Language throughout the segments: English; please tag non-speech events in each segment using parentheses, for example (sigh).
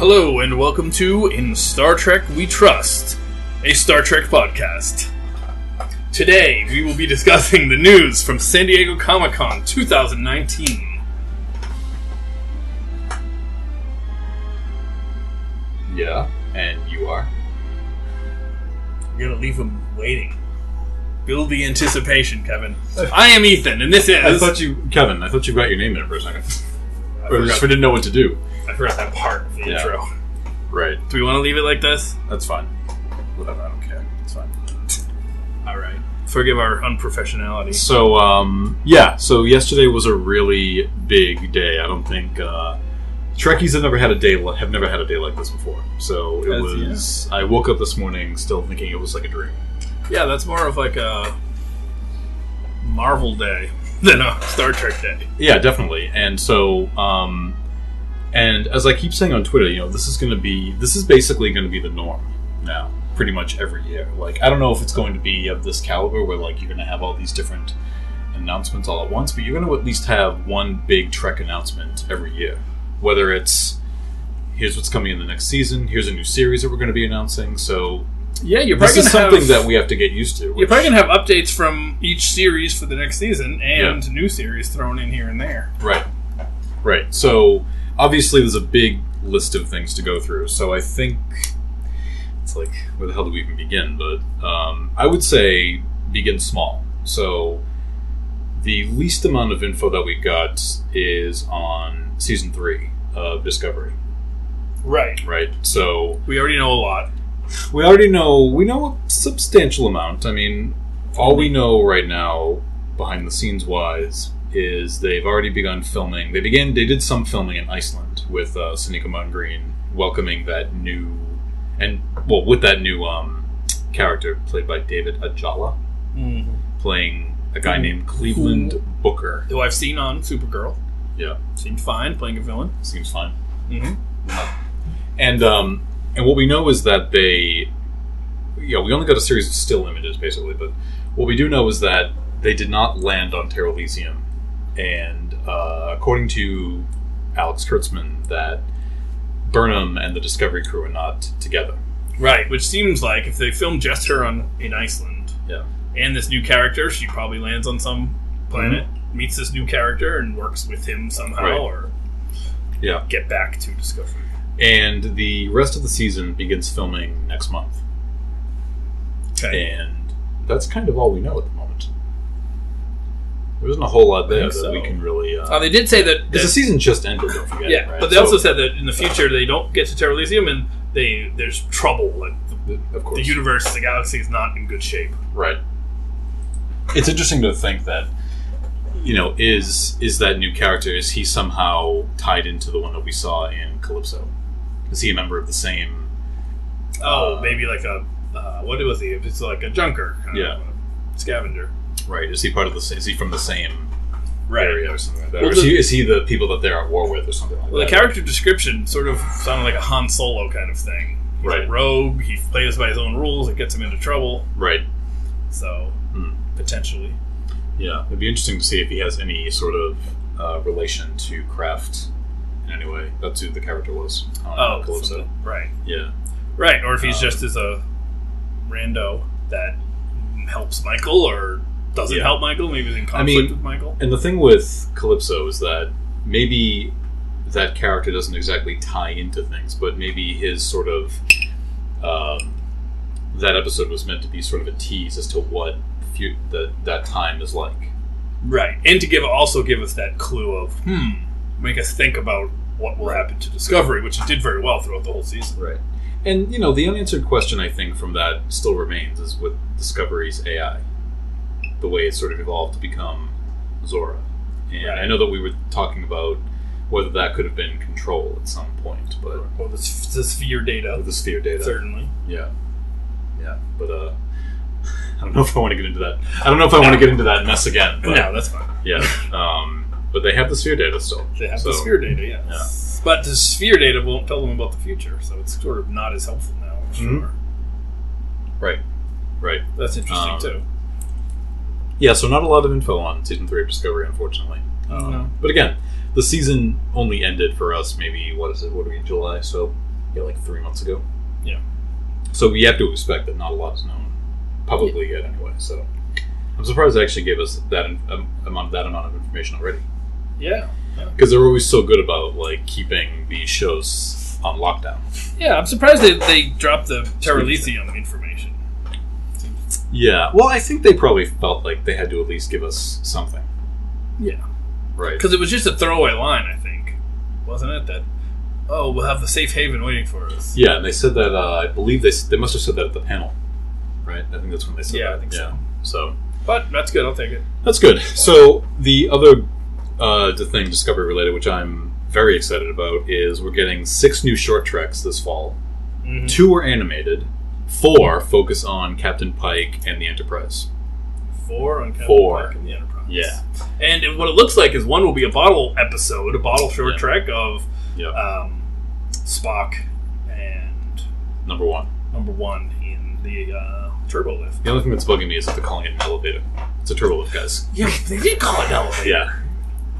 Hello, and welcome to In Star Trek We Trust, a Star Trek podcast. Today, we will be discussing the news from San Diego Comic Con 2019. Yeah, and you are. We're gonna leave him waiting. Build the anticipation, Kevin. I am Ethan, and this is. I thought you, Kevin. I thought you got your name in for a second. I (laughs) Or just forgot, didn't know what to do. I forgot that part of the Yeah. intro. Right. Do we want to leave it like this? That's fine. Whatever. I don't care. It's fine. Alright. Forgive our unprofessionality. So, um, yeah. So yesterday was a really big day. I don't think uh, Trekkies have never had a day li- have never had a day like this before. So it As- was. I woke up this morning still thinking it was like a dream. Yeah, that's more of like a Marvel day than a Star Trek day. Yeah, definitely. And so, um, and as I keep saying on Twitter, you know, this is going to be, this is basically going to be the norm now, pretty much every year. Like, I don't know if it's going to be of this caliber where, like, you're going to have all these different announcements all at once, but you're going to at least have one big Trek announcement every year. Whether it's, here's what's coming in the next season, here's a new series that we're going to be announcing. So, Yeah, you're this probably is gonna something have, that we have to get used to. you're which- probably gonna have updates from each series for the next season and new series thrown in here and there. Right. Right. So obviously there's a big list of things to go through. So I think it's like where the hell do we even begin? But um, I would say begin small. So the least amount of info that we got is on season three of Discovery. Right. Right. So We already know a lot. we already know we know a substantial amount. I mean, all we know right now, behind the scenes wise, is they've already begun filming. They began. They did some filming in Iceland with uh, Sinead Mon Green welcoming that new and well with that new um, character played by David Ajala, Mm-hmm. playing a guy Who- named Cleveland Booker. Who I've seen on Supergirl. Yeah, Seemed fine playing a villain. seems fine. Mm-hmm. And um, and what we know is that they, you know, we only got a series of still images basically, but what we do know is that they did not land on Terra Elysium, and uh, according to Alex Kurtzman, that Burnham and the Discovery crew are not together. Right. Which seems like if they filmed just her on in Iceland Yeah. and this new character, she probably lands on some planet, meets this new character, and works with him somehow, Mm-hmm. Right. or Yeah. get back to Discovery. And the rest of the season begins filming next month, Okay. and that's kind of all we know at the moment. There isn't a whole lot there think that so. we can really. Uh, Uh, they did say that, because that the season just ended, don't forget. Yeah, right? but they So- also said that in the future they don't get to Terra Elysium and they there's trouble. Like the, of course. the universe, the galaxy is not in good shape. Right. It's interesting to think that you know is is that new character is he somehow tied into the one that we saw in Calypso? Is he a member of the same? Oh, Uh, maybe like a uh, what was he? If it's like a junker, kind Yeah. of a scavenger, Right. Is he part of the? sa- Is he from the same area or something like that? Well, or is the- he is he the people that they're at war with or something like Well, the that? character description sort of sounded like a Han Solo kind of thing. He's a Right. rogue. He plays by his own rules. It gets him into trouble. right. So Hmm. potentially, Yeah. It'd be interesting to see if he has any sort of uh, relation to Kraft in any way. That's who the character was. on oh, Calypso. from the- right, Yeah. right. Or if he's Um, just as a rando that helps Michael or doesn't Yeah. help Michael. Maybe he's in conflict mean, with Michael. And the thing with Calypso is that maybe that character doesn't exactly tie into things, but maybe his sort of um, that episode was meant to be sort of a tease as to what fu- that that time is like. Right, and to give also give us that clue of hmm, make us think about what will happen to Discovery, which it did very well throughout the whole season. Right. And you know, the unanswered question I think from that still remains is with Discovery's AI, the way it sort of evolved to become Zora. And Right. I know that we were talking about whether that could have been control at some point, but Well, this the sphere data with the sphere data. certainly. Yeah. Yeah. But uh (laughs) I don't know if I want to get into that. I don't know if I want to get into that mess again. But, no, that's fine. Yeah. Um but they have the sphere data still. They have so, the sphere data, yes. But the sphere data won't tell them about the future, so it's sort of not as helpful now. I'm Mhm. sure. Right. Right. That's interesting Um, too. Yeah, so not a lot of info on season three of Discovery, unfortunately. Um, No. but again, the season only ended for us maybe what is it, what are we in July? So yeah, like three months ago. Yeah. So we have to expect that not a lot is known publicly yet, anyway. So I'm surprised they actually gave us that in- um, amount that amount of information already Yeah. because they're always so good about like keeping these shows on lockdown. Yeah, I'm surprised they, they dropped the Terralithium information. Yeah. Well, I think they probably felt like they had to at least give us something. Yeah. Right. Because it was just a throwaway line, I think. Wasn't it? That, oh, we'll have the safe haven waiting for us. Yeah, and they said that. Uh, I believe they s- they must have said that at the panel, right? I think that's when they said. Yeah, that. I think so. So But that's good, I'll take it. that's good. So the other uh, the thing discovery related, which I'm very excited about, is we're getting six new short tracks this fall. Mhm. Two are animated. Four focus on Captain Pike and the Enterprise. Four on Captain Four. Pike and the Enterprise. And it- what it looks like is one will be a bottle episode, a bottle short Yeah. trek of Yeah. um, Spock and Number one. number one in the uh, turbo lift. The only thing that's bugging me is that they're calling it an elevator. It's a turbo lift, guys. Yeah, they did call it elevator. Yeah.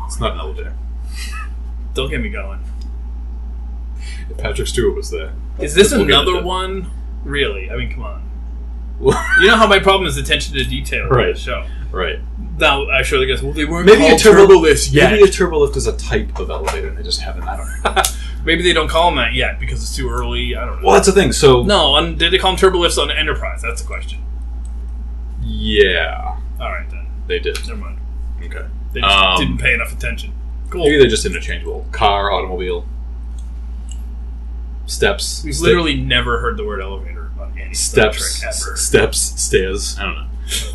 It's not an elevator. Don't get me going. If Patrick Stewart was there. (laughs) Is this We'll get another into- one? Really? I mean, come on. You know how my problem is attention to detail in Right. the show. right. Now, I surely guess, well, they weren't Maybe a called turbo- lift Maybe a turbo lift is a type of elevator, and they just haven't. I don't know. Maybe they don't call them that yet because it's too early. I don't know. Well, that's the thing. So No, on, did they call them turbo lifts on Enterprise? That's the question. yeah, All right, then. they did. Never mind. Okay, They just Um, didn't pay enough attention. Cool. maybe they're just interchangeable. Car, automobile, steps. We've sta- literally never heard the word elevator on any Star steps, Trek ever. s- steps, stairs. I don't (laughs) know.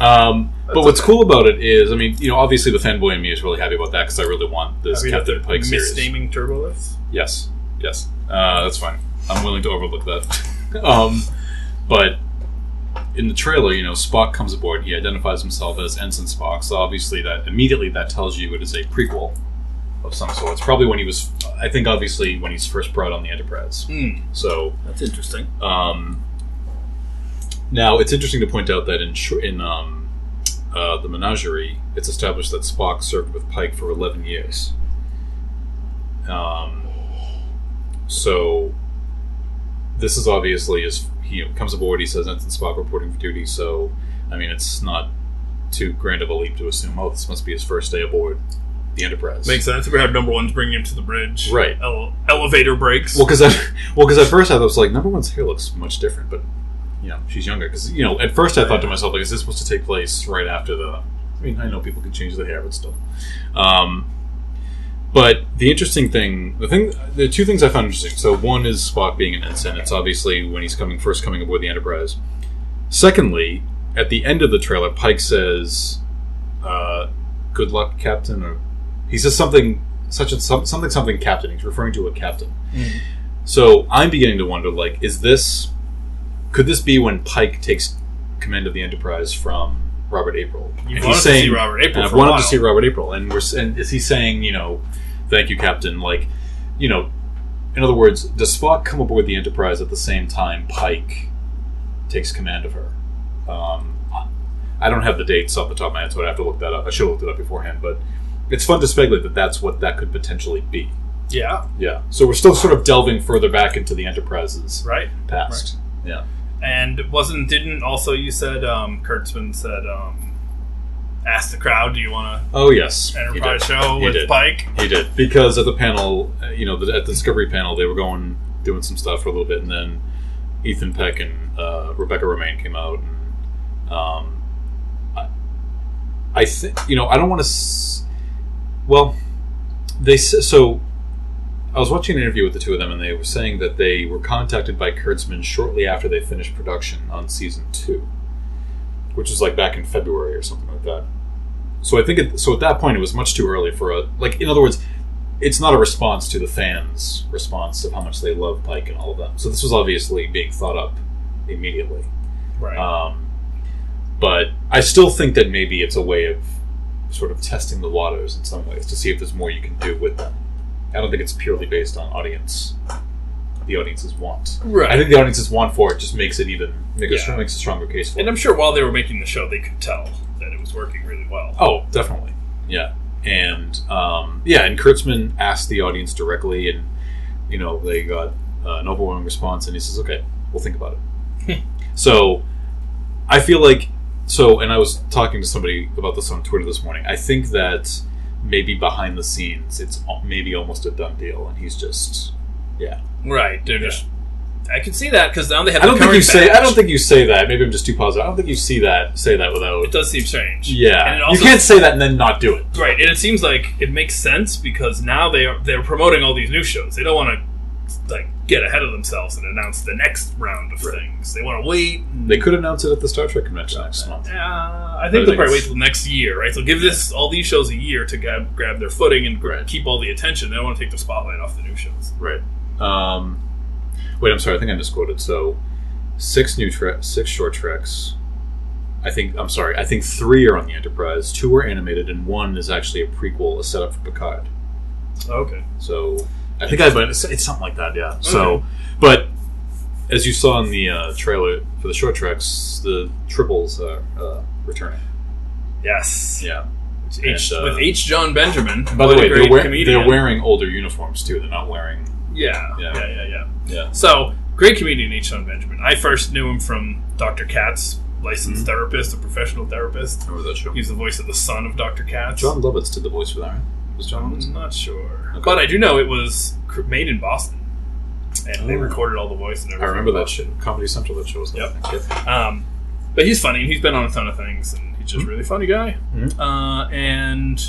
Um, but what's cool about it is, I mean, you know, obviously the fanboy in me is really happy about that because I really want this Happy that Captain they're Pike series. misnaming turbo lifts. Yes, yes, uh, that's fine. I'm willing to overlook that. (laughs) um, but in the trailer, you know, Spock comes aboard. He identifies himself as Ensign Spock. So obviously, that immediately that tells you it is a prequel of some sort. It's probably when he was, I think, obviously when he's first brought on the Enterprise. So that's interesting. um, now it's interesting to point out that in sh- in um, uh, the Menagerie, it's established that Spock served with Pike for eleven years. Um, so this is obviously as he comes aboard, he says Ensign Spock reporting for duty. So I mean, it's not too grand of a leap to assume. Oh, this must be his first day aboard the Enterprise. Makes sense. We have number one's bringing him to the bridge. Right. Ele- elevator breaks. Well, because I, (laughs) well, because at first I was like, number one's hair looks much different, but you know, she's younger. Because you know, at first I thought to myself, like, is this supposed to take place right after the? I mean, I know people can change their hair, but still. Um, but the interesting thing, the thing, the two things I found interesting. So one is Spock being an ensign. It's obviously when he's coming first coming aboard the Enterprise. Secondly, at the end of the trailer, Pike says, uh, "Good luck, Captain," or he says something such and some, something something Captain. He's referring to a captain. Mhm. So I'm beginning to wonder, like, is this could this be when Pike takes command of the Enterprise from Robert April? You And wanted to see Robert April and I've for a wanted while. to see Robert April, and we're s- and is he saying, you know, thank you, Captain? Like, you know, in other words, does Spock come aboard the Enterprise at the same time Pike takes command of her? Um, I don't have the dates off the top of my head, so I'd have to look that up. I should have looked it up beforehand, but it's fun to speculate that that's what that could potentially be. yeah. Yeah. So we're still sort of delving further back into the Enterprise's Right. past. Yeah. And wasn't didn't also you said um, Kurtzman said um, ask the crowd, do you want Oh yes. a Enterprise show He with did. Pike? He did because at the panel, uh, you know, the, at the Discovery panel, they were going doing some stuff for a little bit, and then Ethan Peck and uh, Rebecca Romaine came out, and um, I, I think you know I don't want to. S- well, they s- so I was watching an interview with the two of them, and they were saying that they were contacted by Kurtzman shortly after they finished production on season two, which was like back in February or something like that. So I think it, so. At that point, it was much too early for a like. In other words, it's not a response to the fans' response of how much they love Pike and all of them. So this was obviously being thought up immediately. Right. Um, but I still think that maybe it's a way of sort of testing the waters in some ways to see if there's more you can do with them. I don't think it's purely based on audience. The audiences want. right. I think the audiences want for it just makes it even make a, Yeah. makes a stronger case for it. and I'm sure while they were making the show, they could tell that it was working really well. Oh, definitely. Yeah. And um, yeah, and Kurtzman asked the audience directly, and you know they got uh, an overwhelming response, and he says, "Okay, we'll think about it." Hmm. so, I feel like so, and I was talking to somebody about this on Twitter this morning. I think that maybe behind the scenes, it's al- maybe almost a done deal, and he's just Right. They're just. I can see that because now they have. I don't the think you current say. I badge. don't think you say that. Maybe I'm just too positive. I don't think you see that. Say that without. it does seem strange. Yeah, And it also- you can't say that and then not do it. Right, and it seems like it makes sense because now they are they're promoting all these new shows. They don't want to like get ahead of themselves and announce the next round of things. They want to wait. and- They could announce it at the Star Trek convention next month. Uh, I But I think they'll think probably it's- wait till next year, right? They'll give this all these shows a year to grab, grab their footing and Right. keep all the attention. They don't want to take the spotlight off the new shows. Right. Um, wait, I'm sorry. I think I misquoted. So, six new tre- six short treks. I think I'm sorry. I think three are on the Enterprise. Two are animated, and one is actually a prequel, a setup for Picard. Okay, So I think I but it's, it's something like that. Yeah. So, but as you saw in the uh, trailer for the short treks, the triples are uh, returning. yes, Yeah. It's H, And, uh, with H. John Benjamin. By what the a way, they're, great wear- comedian. they're wearing older uniforms too. They're not wearing. Yeah, Yeah. yeah, yeah, yeah. yeah. Yeah. So great comedian H. John Benjamin. I first knew him from Dr. Katz, licensed Mhm. therapist, a professional therapist. Remember that show? He's the voice of the son of Dr. Katz. John Lovitz did the voice for that. Right? Was John Lovitz? I'm not sure, Okay. but I do know it was cr- made in Boston, and they Oh. recorded all the voice and I everything. remember that shit. Comedy Central, that show was Yep. Yep. Um, but he's funny. and He's been on a ton of things, and he's Hmm. just a really funny guy. Mhm. Uh, and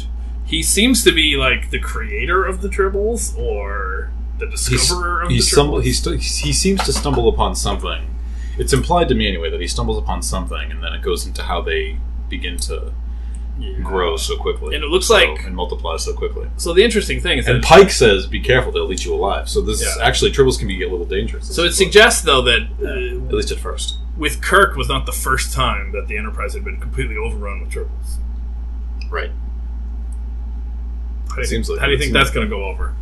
he seems to be like the creator of the tribbles or the He's, discoverer of he, the tribbles. stumble, he, stu- he seems to stumble upon something. It's implied to me anyway that he stumbles upon something, and then it goes into how they begin to Yeah. grow so quickly. And it looks so- like- and multiply so quickly. So the interesting thing is that And Pike says, "Be careful; they'll eat you alive." So this Yeah. actually tribbles can be a little dangerous. So it suggests, though, that at uh, least at first. with Kirk was not the first time that the Enterprise had been completely overrun with triples. Right. How do you, Seems like how do you it, think doesn't that's going to go over?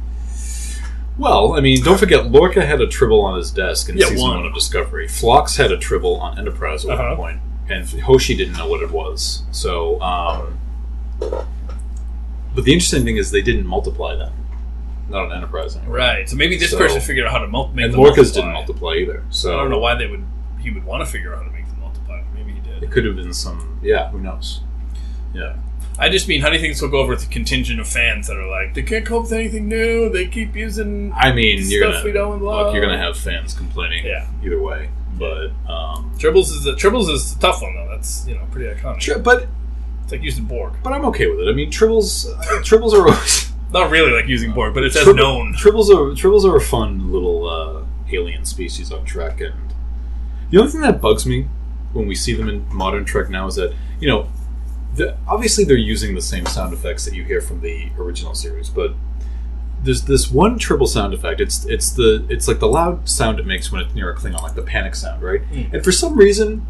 Well, I mean, don't forget Lorca had a tribble on his desk in Yeah, season one. one. of Discovery. Phlox had a tribble on Enterprise at Uh-huh. one point, and Hoshi didn't know what it was. So, um, but the interesting thing is they didn't multiply them. Not on Enterprise anyway. Right. So maybe this So- person figured out how to mul- make And them Lorca's multiply. didn't multiply either. So I don't know why they would. He would want to figure out how to make them multiply. but Maybe he did. It could have been some. Yeah, who knows? Yeah. I just mean, how do you think this will go over with the contingent of fans that are like, they can't cope with anything new. They keep using I mean, you're stuff gonna we don't love. Look, you're gonna have fans complaining Yeah. either way, but um, Tribbles is the Tribbles is a tough one though. That's you know pretty iconic. tri- but It's like using Borg. but I'm okay with it. I mean, tribbles tribbles are always Not really like using Borg, but it's as Trib- known. Tribbles are tribbles are a fun little uh, alien species on Trek, and the only thing that bugs me when we see them in modern Trek now is that you know, the, obviously they're using the same sound effects that you hear from the original series, but there's this one tribble sound effect. It's it's the it's like the loud sound it makes when it's near a Klingon, like the panic sound, right? Mm. And for some reason.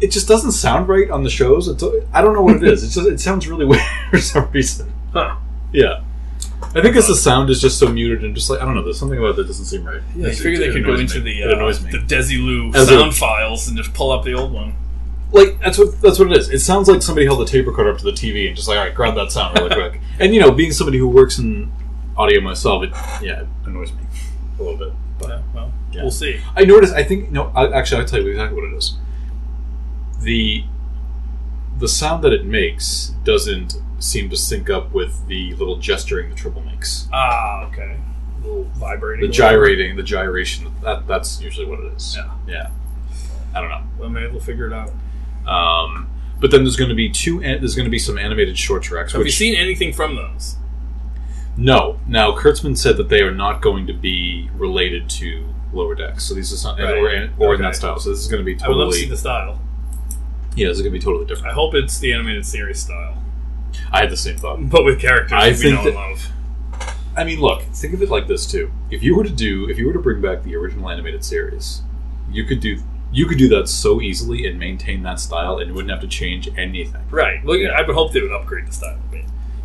It just doesn't sound right on the shows. It's, I don't know what it is. It just it sounds really (laughs) weird for some reason. Huh. Yeah. I think it's the sound is just so muted and just like I don't know. There's something about that doesn't seem right. I Yes, figure it- they it could go annoys into me. the it uh, annoys me. the Desilu As a- sound files and just pull up the old one. like that's what that's what it is. It sounds like somebody held a tape recorder up to the TV and just like all right, grab that sound really (laughs) quick. And you know, being somebody who works in audio myself, it yeah, it annoys me a little bit. But Yeah, well, Yeah. we'll see. I noticed. I think no. I, actually, I'll tell you exactly what it is. The the sound that it makes doesn't seem to sync up with the little gesturing the triple makes. Ah, okay. A little vibrating. The gyrating, the gyration. That that's usually what it is. Yeah. Yeah. I don't know. Well, maybe we'll figure it out. Um, but then there's going to be two. An- there's going to be some animated short tracks. Have which, you seen anything from those? No. Now Kurtzman said that they are not going to be related to Lower Decks. So these are some Right. or, in- or in Okay. that style. So this is going to be I would love to see totally. the style. Yeah, this is going to be totally different. I hope it's the animated series style, I had the same thought. but with characters I we think know that- and love. I mean, look, think of it like this too. If you were to do, if you were to bring back the original animated series, you could do, you could do that so easily and maintain that style, and you wouldn't have to change anything. Right. Look, Yeah. I would hope they would upgrade the style a bit.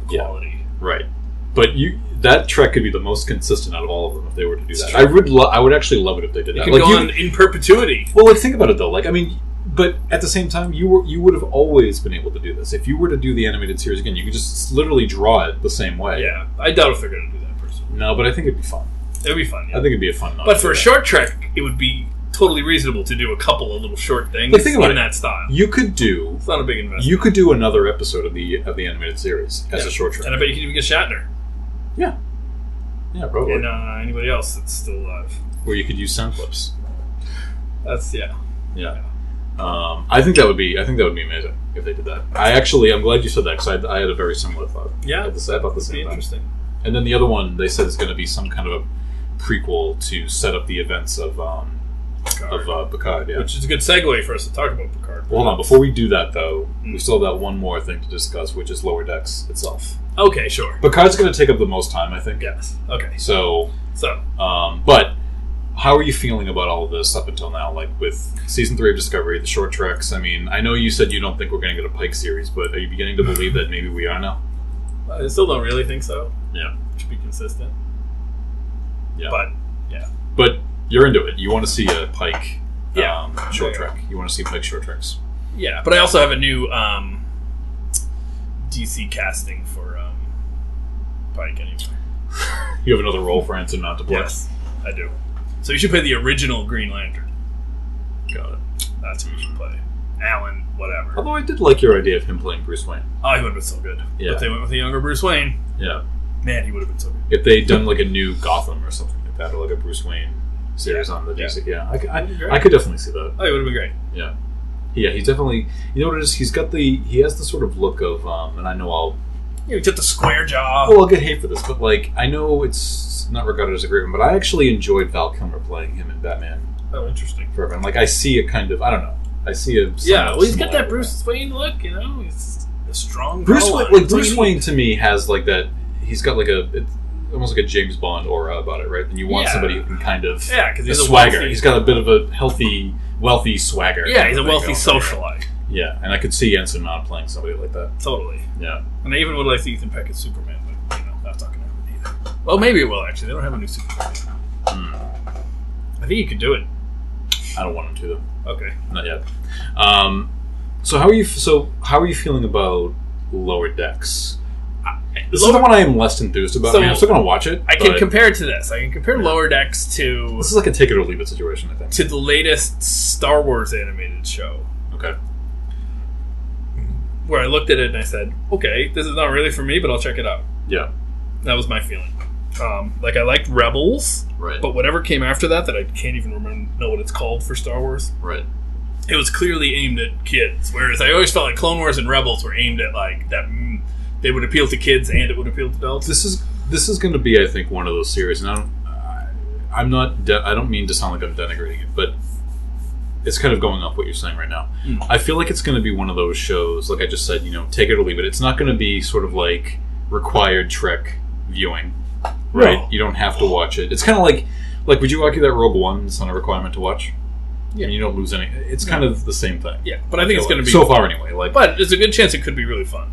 Yeah. Quality. Right. But you that trek could be the most consistent out of all of them if they were to do It's that. true. I would lo- I would actually love it if they did It that. could Like, go you- on in perpetuity. Well, like think about it though. Like I mean, but at the same time, you were you would have always been able to do this if you were to do the animated series again. You could just literally draw it the same way. Yeah, I doubt if they're going to do that. Personally, No, but I think it'd be fun. That'd be fun. I yeah. think it'd be a fun. But for a novel. short trek, it would be totally reasonable to do a couple of little short things But think about in it. that style. you could do It's not a big investment. you could do another episode of the of the animated series as Yeah. a short and trip. I bet you could even get Shatner Yeah, yeah, probably. and uh, anybody else that's still alive. Or you could use sound clips. That's yeah. Yeah. Um, I think that would be I think that would be amazing if they did that. I actually I'm glad you said that because I, I had a very similar thought. Yeah. At the- about the It'd be same time. interesting. And then the other one they said is going to be some kind of a prequel to set up the events of um, of uh, Picard. Yeah. Which is a good segue for us to talk about Picard. Hold on, before we do that though, we Mm. still have that one more thing to discuss, which is Lower Decks itself. Okay, sure. Picard's going to take up the most time, I think. Yes. Okay. So, So um, but how are you feeling about all of this up until now? Like with season three of Discovery, the short treks. I mean, I know you said you don't think we're going to get a Pike series, but are you beginning to believe that maybe we are now? I still don't really think so. Yeah. Should be consistent. Yeah. But But you're into it. You want to see a Pike. Yeah. Um, short Yeah. trek. You want to see Pike short treks. yeah. But I also have a new um, DC casting for um, Pike anyway. You have another role for Anson not to play. Yes, I do. So you should play the original Green Lantern. Got it. That's who you should play. Alan, whatever. Although I did like your idea of him playing Bruce Wayne. Oh, he would have been so good. Yeah. If they went with the younger Bruce Wayne, Yeah. man, he would have been so good. If they'd done like a new Gotham or something like that, or like a Bruce Wayne series on the DC. Yeah. I c I I That'd be I, great. could definitely see that. Oh, he would have been great. Yeah. Yeah, he's definitely. You know what it is? He's got the. He has the sort of look of. um And I know I'll. You know, he took the square jaw. Oh, I'll get hate for this, but like I know it's not regarded as a great one, but I actually enjoyed Val Kilmer playing him in Batman Oh, interesting. Forever. And like I see a kind of. I don't know. I see a. Yeah, somewhat well, he's got similar- that Bruce oh, Wayne look, you know? He's a strong Bruce fella. Wayne, like That's what Bruce you Wayne need. to me has like that. He's got like a it's almost like a James Bond aura about it, right? And you want Yeah. somebody who can kind of Yeah, because the he's a swagger. Wealthy, he's got a bit of a healthy, wealthy swagger. yeah, he's kind a of wealthy thing going on. socialite. Yeah, and I could see Ensign not playing somebody like that. Totally. Yeah, And I even would like to Ethan Peck as Superman, but, you know, that's not going to happen either. Well, maybe it will, actually. They don't have a new Superman. I think you could do it. I don't want him to though. Okay. Not yet. Um, so how are you? So how are you feeling about Lower Decks? I- This is the Lower- one I am less enthused about. So- I mean, I'm still going to watch it. I can but compare it to this. I can compare Lower Decks to This is like a take it or leave it situation. I think. to the latest Star Wars animated show, Okay. where I looked at it and I said, "Okay, this is not really for me, but I'll check it out." Yeah. That was my feeling. Um, like I liked Rebels, Right. but whatever came after that, that I can't even remember know what it's called for Star Wars. right. It was clearly aimed at kids, whereas I always felt like Clone Wars and Rebels were aimed at like that. Mm, they would appeal to kids and it would appeal to adults. this is this is going to be, I think, one of those series. And I don't, I- I'm not, de- I don't mean to sound like I'm denigrating it, but it's kind of going off what you're saying right now. Mm. I feel like it's going to be one of those shows, like I just said, you know, take it or leave it. It's not going to be sort of like required Trek viewing, right? No. You don't have to watch it. It's kind of like, like, would you argue that Rogue One's not a requirement to watch? Yeah. and you don't lose any. It's kind of the same thing. Yeah, but I think feel it's going to like. be. so far anyway. Like, but there's a good chance it could be really fun.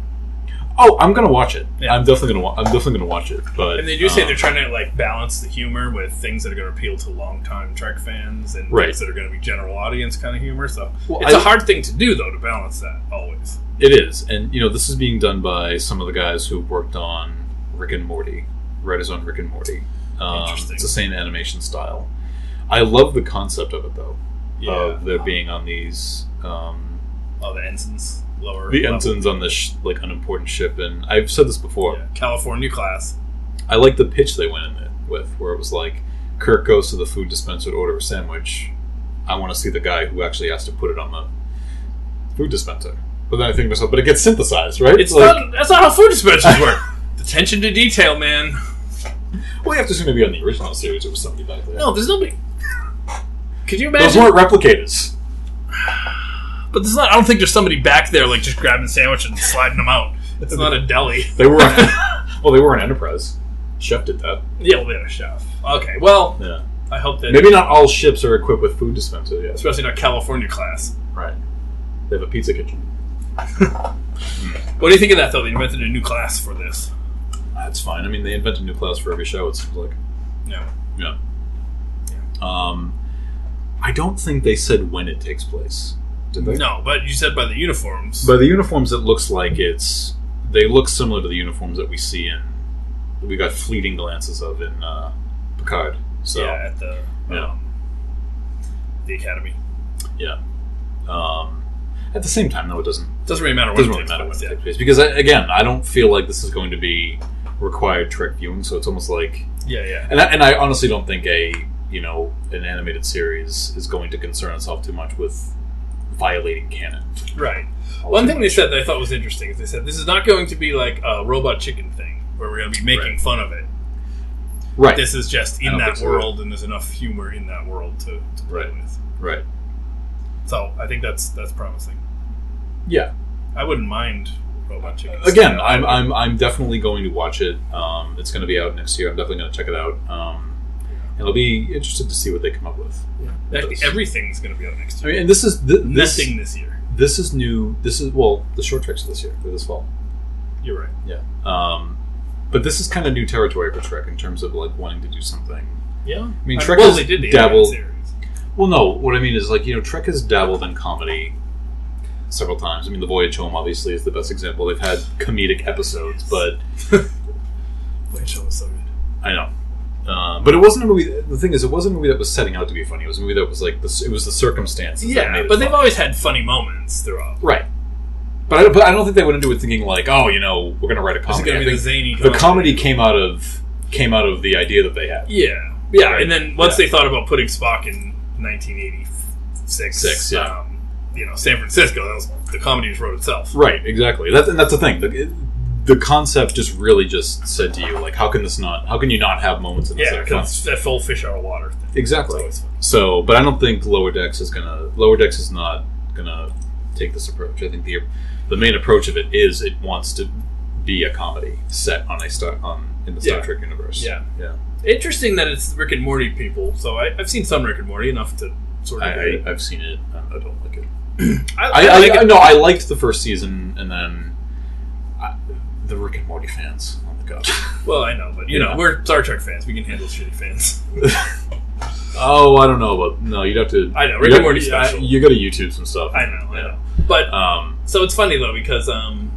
oh, I'm going to watch it. Yeah. I'm definitely going to. Wa- I'm definitely going to watch it. But And they do say um, they're trying to like balance the humor with things that are going to appeal to longtime Trek fans and Right. things that are going to be general audience kind of humor. So Well, it's a I- hard thing to do though to balance that always. It is, and you know this is being done by some of the guys who worked on Rick and Morty, writers on Rick and Morty. Um, it's Interesting. the same animation style. I love the concept of it though, of there being on these um, oh, the ensigns lower the level. ensigns on this sh- like unimportant ship, and I've said this before. Yeah, California class. I like the pitch they went in it with, where it was like Kirk goes to the food dispenser to order a sandwich. I want to see the guy who actually has to put it on the food dispenser. But then I think to myself, but it gets synthesized, right? It's not, that's not how food dispensers (laughs) work. Attention to detail, man. Well, you have to assume maybe on the original series it was somebody back there. No, there's nobody. Could you Those imagine? weren't replicators. but there's not. I don't think there's somebody back there like just grabbing sandwiches and sliding them out. It's not a deli. (laughs) They were. well, they were an (laughs) enterprise. Chef did that. Yeah, well, they're a chef. Okay, well, Yeah. I hope that Maybe not all ships are equipped with food dispenser. Yes. especially not California class. Right. They have a pizza kitchen. What do you think of that though? They invented a new class for this. That's fine. I mean, they invent a new class for every show. It seems like. Yeah. Yeah. Um, I don't think they said when it takes place. Did they? No, but you said by the uniforms. By the uniforms, it looks like it's. They look similar to the uniforms that we see in. that We got fleeting glances of in uh, Picard. So yeah, at the Yeah. um, the academy. um, at the same time, though, it doesn't Doesn't really matter. it What doesn't it really takes matter when place, it yeah. takes place because I, again, I don't feel like this is going to be required Trek viewing. So it's almost like, Yeah, yeah. and I, and I honestly don't think a you know an animated series is going to concern itself too much with violating canon. Right. One thing they said that I thought was interesting is they said this is not going to be like a robot chicken thing where we're going to be making Right. fun of it. right? This is just I in don't that think so. world, and there's enough humor in that world to, to play Right. with. right? So I think that's that's promising. Yeah. I wouldn't mind robot chicken. Again, I'm, I'm I'm definitely going to watch it. Um, it's going to be out next year. I'm definitely going to check it out. Um, and I'll be interested to see what they come up with. Actually, everything's going to be out next I year. mean, and this is th- this, Nothing this year. this is new. This is well, the short tricks are this year, they're this fall. You're right. Yeah. Um, but this is kind of new territory for Trek in terms of like wanting to do something. Yeah. I mean, I- Trek well, has they did the dabbled- Animated series. Well, no, what I mean is like you know Trek has dabbled in comedy several times. I mean, The Voyage Home obviously is the best example. They've had comedic episodes, but That show was so good. I know. Uh, but it wasn't a movie. The thing is, it wasn't a movie that was setting out to be funny. It was a movie that was like the, it was the circumstances. that made Yeah, it but they've funny. always had funny moments throughout. right. But I, but I don't think they went into it thinking like, oh, you know, we're gonna write a This is comedy. going I to be the think zany. the comedy came out of came out of the idea that they had. Yeah, yeah. Right. And then once Yeah. they thought about putting Spock in 1986, Six, yeah. um, you know, San Francisco, that was the comedy just wrote itself. Right, exactly. That, and that's the thing. The, the concept just really just said to you, like, how can this not? How can you not have moments in this? Yeah, that are fun? because that full fish out of water thing. It's exactly. always fun. So, but I don't think Lower Decks is gonna. Lower Decks is not gonna take this approach. I think the the main approach of it is it wants to be a comedy set on a star on in the Star Yeah. Trek universe. Yeah. yeah. Interesting that it's Rick and Morty people. So I, I've seen some Rick and Morty enough to sort of. I, I, I've seen it. I I don't like it. I, I, I like I, it. no, I liked the first season, and then I, the Rick and Morty fans. Oh my god. Well, I know, but you Yeah. know, we're Star Trek fans. We can handle shitty fans. (laughs) Oh, I don't know, but no, you'd have to. I know, you Rick and gotta- Morty you- I- special. You got to YouTube some stuff. I know, I Yeah. know. But uh, Um, so it's funny though because um,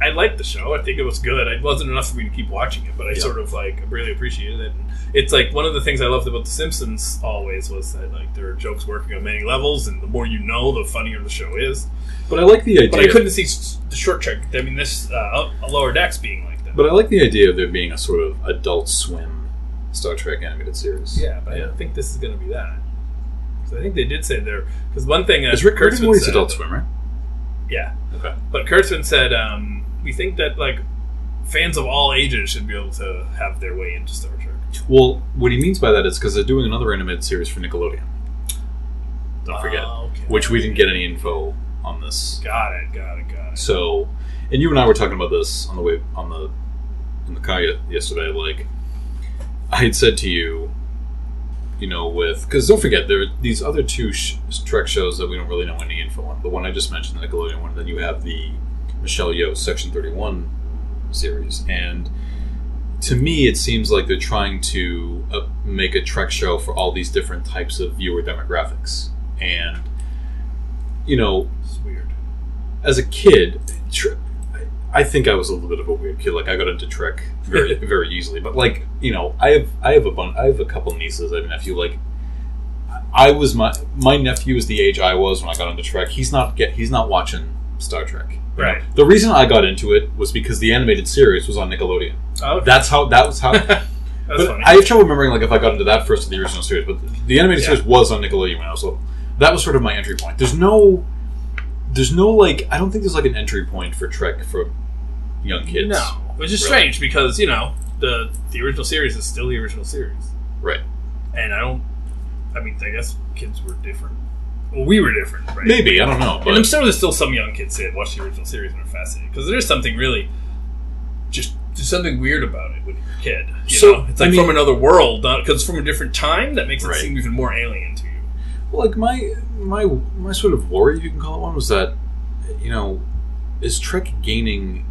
I liked the show. I think it was good. It wasn't enough for me to keep watching it, but I Yeah. sort of like really appreciated it. And it's like one of the things I loved about The Simpsons always was that like there are jokes working on many levels, and the more you know, the funnier the show is. but I like the idea. But I couldn't see s- the short trick. I mean, this uh, a lower decks being like that. But I like the idea of there being a sort of adult swim Star Trek animated series. yeah, but I Yeah. don't think this is going to be that. So I think they did say there because one thing uh, Is Rick Curtis Kurtzman Morty's said- Adult Swim, right? Yeah. Okay. But Kurtzman said, um, we think that like fans of all ages should be able to have their way into Star Trek. Well, what he means by that is because they're doing another animated series for Nickelodeon. Don't forget, Ah, okay. which we didn't get any info on this. Got it, got it, got it. So, and you and I were talking about this on the way on the in the car ye- yesterday. Like, I had said to you, you know, with because don't forget there are these other two sh- Trek shows that we don't really know any info on. The one I just mentioned, the Nickelodeon one. Then you have the Michelle Yeoh Section Thirty One series, and to me, it seems like they're trying to uh, make a Trek show for all these different types of viewer demographics, and you know It's weird. as a kid, tr- I think I was a little bit of a weird kid. Like I got into Trek very very easily, but like you know, I have I have a bun- I have a couple nieces. I have a nephew. Like I was my my nephew is the age I was when I got into Trek. He's not get he's not watching Star Trek. you know? Right. The reason I got into it was because the animated series was on Nickelodeon. Oh, that's That's how that was how. but funny. I have trouble remembering like if I got into that first of the original series, but the animated Yeah. series was on Nickelodeon when I was little. That was sort of my entry point. There's no, there's no like I don't think there's like an entry point for Trek for young kids. no, which is Really? strange because you know the the original series is still the original series, Right. and I don't. I mean, I guess kids were different. Well, we were different, right? Maybe I don't know, And I'm but sure there's still some young kids that watch the original series and are fascinated because there's something really just there's something weird about it when you're a kid. You So, know? it's I like mean- from another world because it's from a different time that makes it Right. seem even more alien to you. like my my my sort of worry, if you can call it one, was that you know is Trek gaining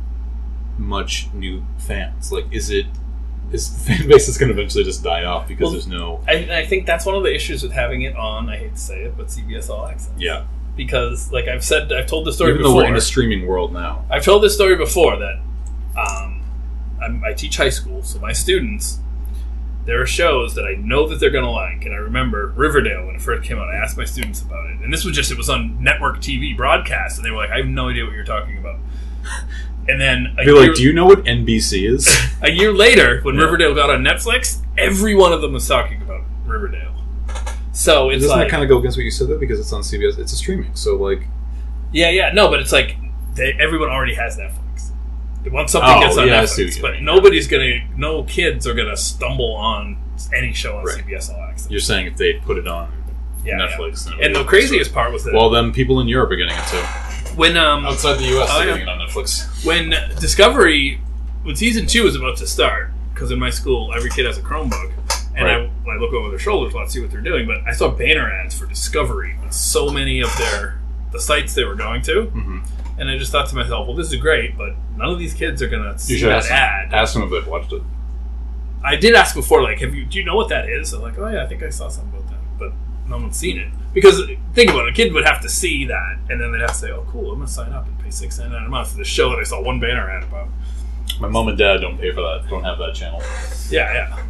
much new fans? Like, is it is the (laughs) fan base is going to eventually just die off because Well, there's no I, I think that's one of the issues with having it on. I hate to say it, but CBS All Access. yeah. because like I've said, I've told this story Even though before. we're in a streaming world now, I've told this story before that um, I'm, I teach high school, so my students There are shows that I know that they're going to like, and I remember Riverdale when it first came out. I asked my students about it, and this was just it was on network TV broadcast, and they were like, "I have no idea what you're talking about." And then a Be year- like, do you know what NBC (laughs) is? a year later, when Yeah. Riverdale got on Netflix, every one of them was talking about Riverdale. So it's Doesn't like, that kind of go against what you said though? Because it's on CBS, it's a streaming. So like, yeah, yeah, no, but it's like they, everyone already has Netflix. Once something Oh, gets on yeah, I see what Netflix, you but mean. nobody's gonna, no kids are gonna stumble on any show on Right. CBS All Access. you're saying if they put it on Yeah, yeah. Netflix, then it And would the be- craziest part was that Well, then people in Europe are getting it too. when um Outside the US, Oh, they're yeah. getting it on Netflix. when Discovery when season two is about to start, because in my school every kid has a Chromebook, and Right. I, I look over their shoulders a lot to see what they're doing. But I saw banner ads for Discovery on so many of their the sites they were going to, Mhm. and I just thought to myself, well, this is great, but none of these kids are gonna see You should that ask ad. Ask them if they've watched it. I did ask before, like, have you do you know what that is? I'm like, oh yeah, I think I saw something about that, but no one's seen it. Because think about it, a kid would have to see that, and then they'd have to say, oh cool, I'm gonna sign up and pay six ninety nine a month for this show that I saw one banner ad about. My mom and dad don't pay for that. Don't have that channel. Yeah, yeah.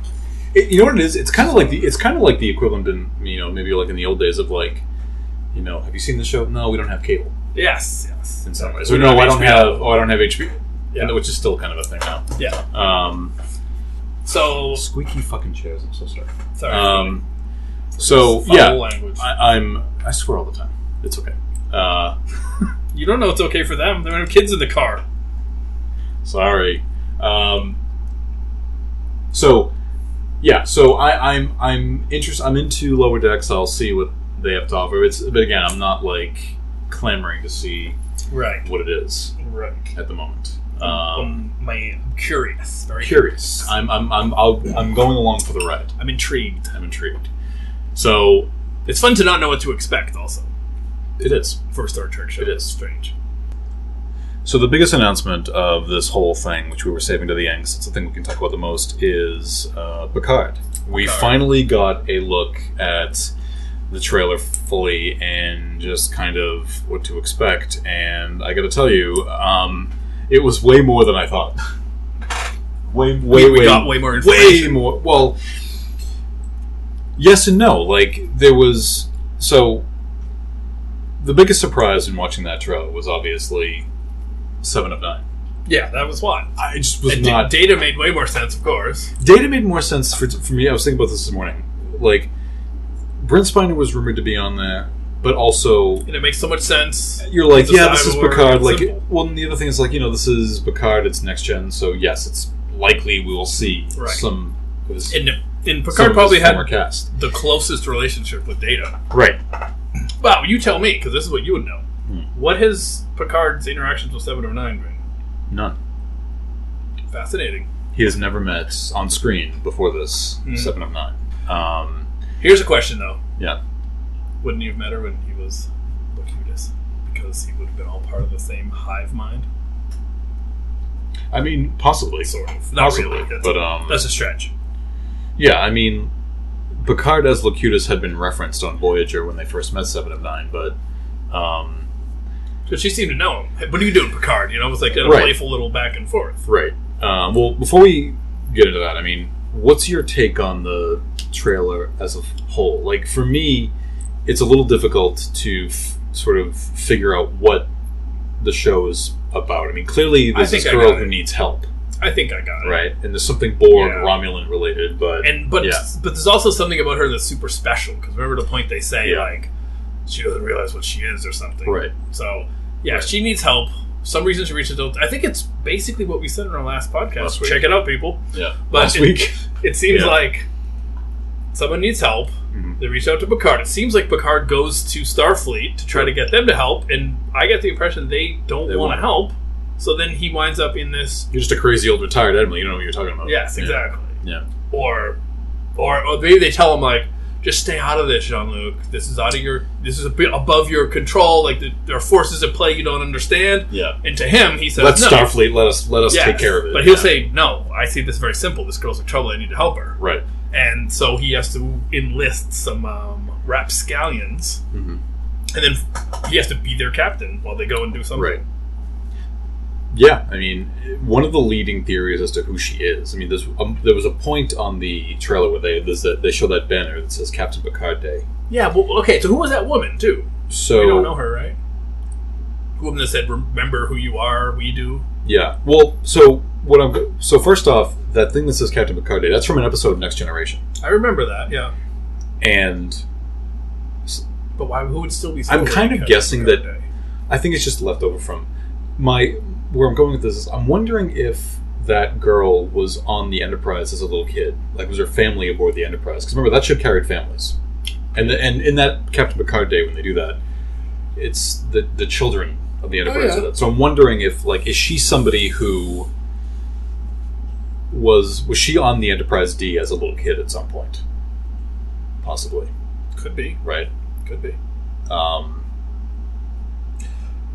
It, you know what it is? It's kind of like the it's kind of like the equivalent in you know maybe like in the old days of like you know have you seen the show? No, we don't have cable Yes, yes. in some ways. We Or don't no, I have don't HBO. have oh I don't have HBO, Yeah. And- which is still kind of a thing now. Yeah. Um, So squeaky fucking chairs. I'm so sorry. sorry. Um, so foul yeah, language. I, I'm I swear all the time. It's okay. Uh, You don't know it's okay for them. There are kids in the car. Sorry. Um, so, yeah. So I, I'm I'm interested. I'm into lower decks. I'll see what they have to offer. It's but again, I'm not like clamoring to see Right. what it is Right. at the moment. Um, Um, my I'm curious. Very curious. I'm I'm I'm I'll, I'm going along for the ride. I'm intrigued. I'm intrigued. So It's fun to not know what to expect also it is. for a Star Trek show. It is. strange. So the biggest announcement of this whole thing, which we were saving to the end, 'cause it's the thing we can talk about the most, is uh, Picard. We Picard. finally got a look at the trailer fully and just kind of what to expect. And I got to tell you, um, it was way more than I thought. (laughs) way, way, we, we way, got way more information. way more. Well, yes and no. Like there was so the biggest surprise in watching that trailer was obviously Seven of Nine. Yeah, that was why. I just was And da- not. data made way more sense, of course. Data made more sense for, for me. I was thinking about this this morning. Like Brent Spiner was rumored to be on there, but also And it makes so much sense. you're like, It's a yeah, this is cyborg, Picard. it's Like, simple. well, and the other thing is like, you know, this is Picard. It's next gen, so yes, it's likely we will see Right. some. of his- And, and some of Picard his probably had former cast. the closest relationship with data. Right. Wow, you tell me, because this is what you would know. Hmm. What has Picard's interactions with 709 been? None. Fascinating. he has never met on screen before this Mhm. seven of nine. Um, Here's a question though. yeah, Wouldn't he have met her when he was the cutest? Because he would have been all part of the same hive mind? I mean possibly, Sort of. Not possibly, really. That's, but um, that's a stretch. yeah, I mean, Picard as Locutus had been referenced on Voyager when they first met Seven of Nine, but um, Because she seemed to know him. Hey, What are you doing, Picard? You know, it was like a Right. playful little back and forth. right. Um, well, before we get into that, I mean, what's your take on the trailer as a whole? Like for me, it's a little difficult to f- sort of figure out what the show is about. I mean, clearly I there's think this I girl got who it. needs help. I think I got it. right? And there's something Borg Yeah. Romulan related, but And but Yeah. but there's also something about her that's super special. Because remember the point they say Yeah. like she doesn't realize what she is or something. right, So yeah, Right. she needs help. For some reason she reaches out. I think it's basically what we said in our last podcast. Last week. Check it out, people. yeah. But Last it- week, It seems Yeah. like someone needs help. Mm-hmm. They reach out to Picard. It seems like Picard goes to Starfleet to try to get them to help, and I get the impression they don't They want won't. to help. So then he winds up in this. you're just a crazy old retired Admiral. You don't know what you're talking about. Yes, Oh, Yeah. exactly. Yeah. Or, or, or maybe they tell him like, just stay out of this, Jean Luc. This is out of your. This is a bit above your control. Like the, there are forces at play you don't understand. Yeah. And to him, he says, Let no. Starfleet let us let us Yes. take care of it. But he'll Yeah. say, no. I see this very simple. This girl's in trouble. I need to help her. right. and so he has to enlist some um, rapscallions, Mhm. and then he has to be their captain while they go and do something. Right. Yeah, I mean, one of the leading theories as to who she is. I mean, there's um, there was a point on the trailer where they there's that they show that banner that says Captain Picard Day. Yeah, but okay. So who was that woman too? So we don't know her, right? The woman that said, "Remember who you are. We do." yeah, well, so what I'm so first off, that thing that says Captain Picard Day that's from an episode of Next Generation, I remember that. Yeah, and but why? Who would still be? I'm kind of celebrating guessing Captain that- Picard Day? I think it's just left over from my where I'm going with this is I'm wondering if that girl was on the Enterprise as a little kid, like was her family aboard the Enterprise? Because remember that ship carried families, and the, and in that Captain Picard day when they do that, it's the the children of the Enterprise. yeah. are that. So I'm wondering if like is she somebody who was was she on the Enterprise D as a little kid at some point, possibly could be, right? could be, Um,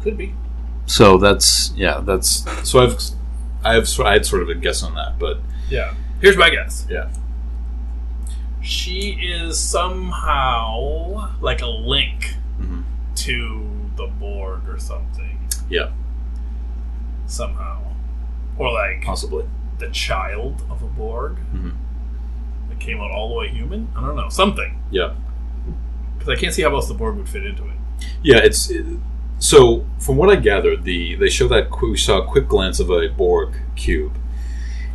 could be. So that's yeah, that's so I've I've sor- I had sort of a guess on that, but Yeah. Here's my guess. Yeah. She is somehow like a link Mhm. to the Borg or something. Yeah. Somehow, or like possibly. the child of a Borg Mhm. that came out all the way human. I don't know something Yeah, because I can't see how else the Borg would fit into it. yeah. It's so from what I gathered, the they show that qu- we saw a quick glance of a Borg cube,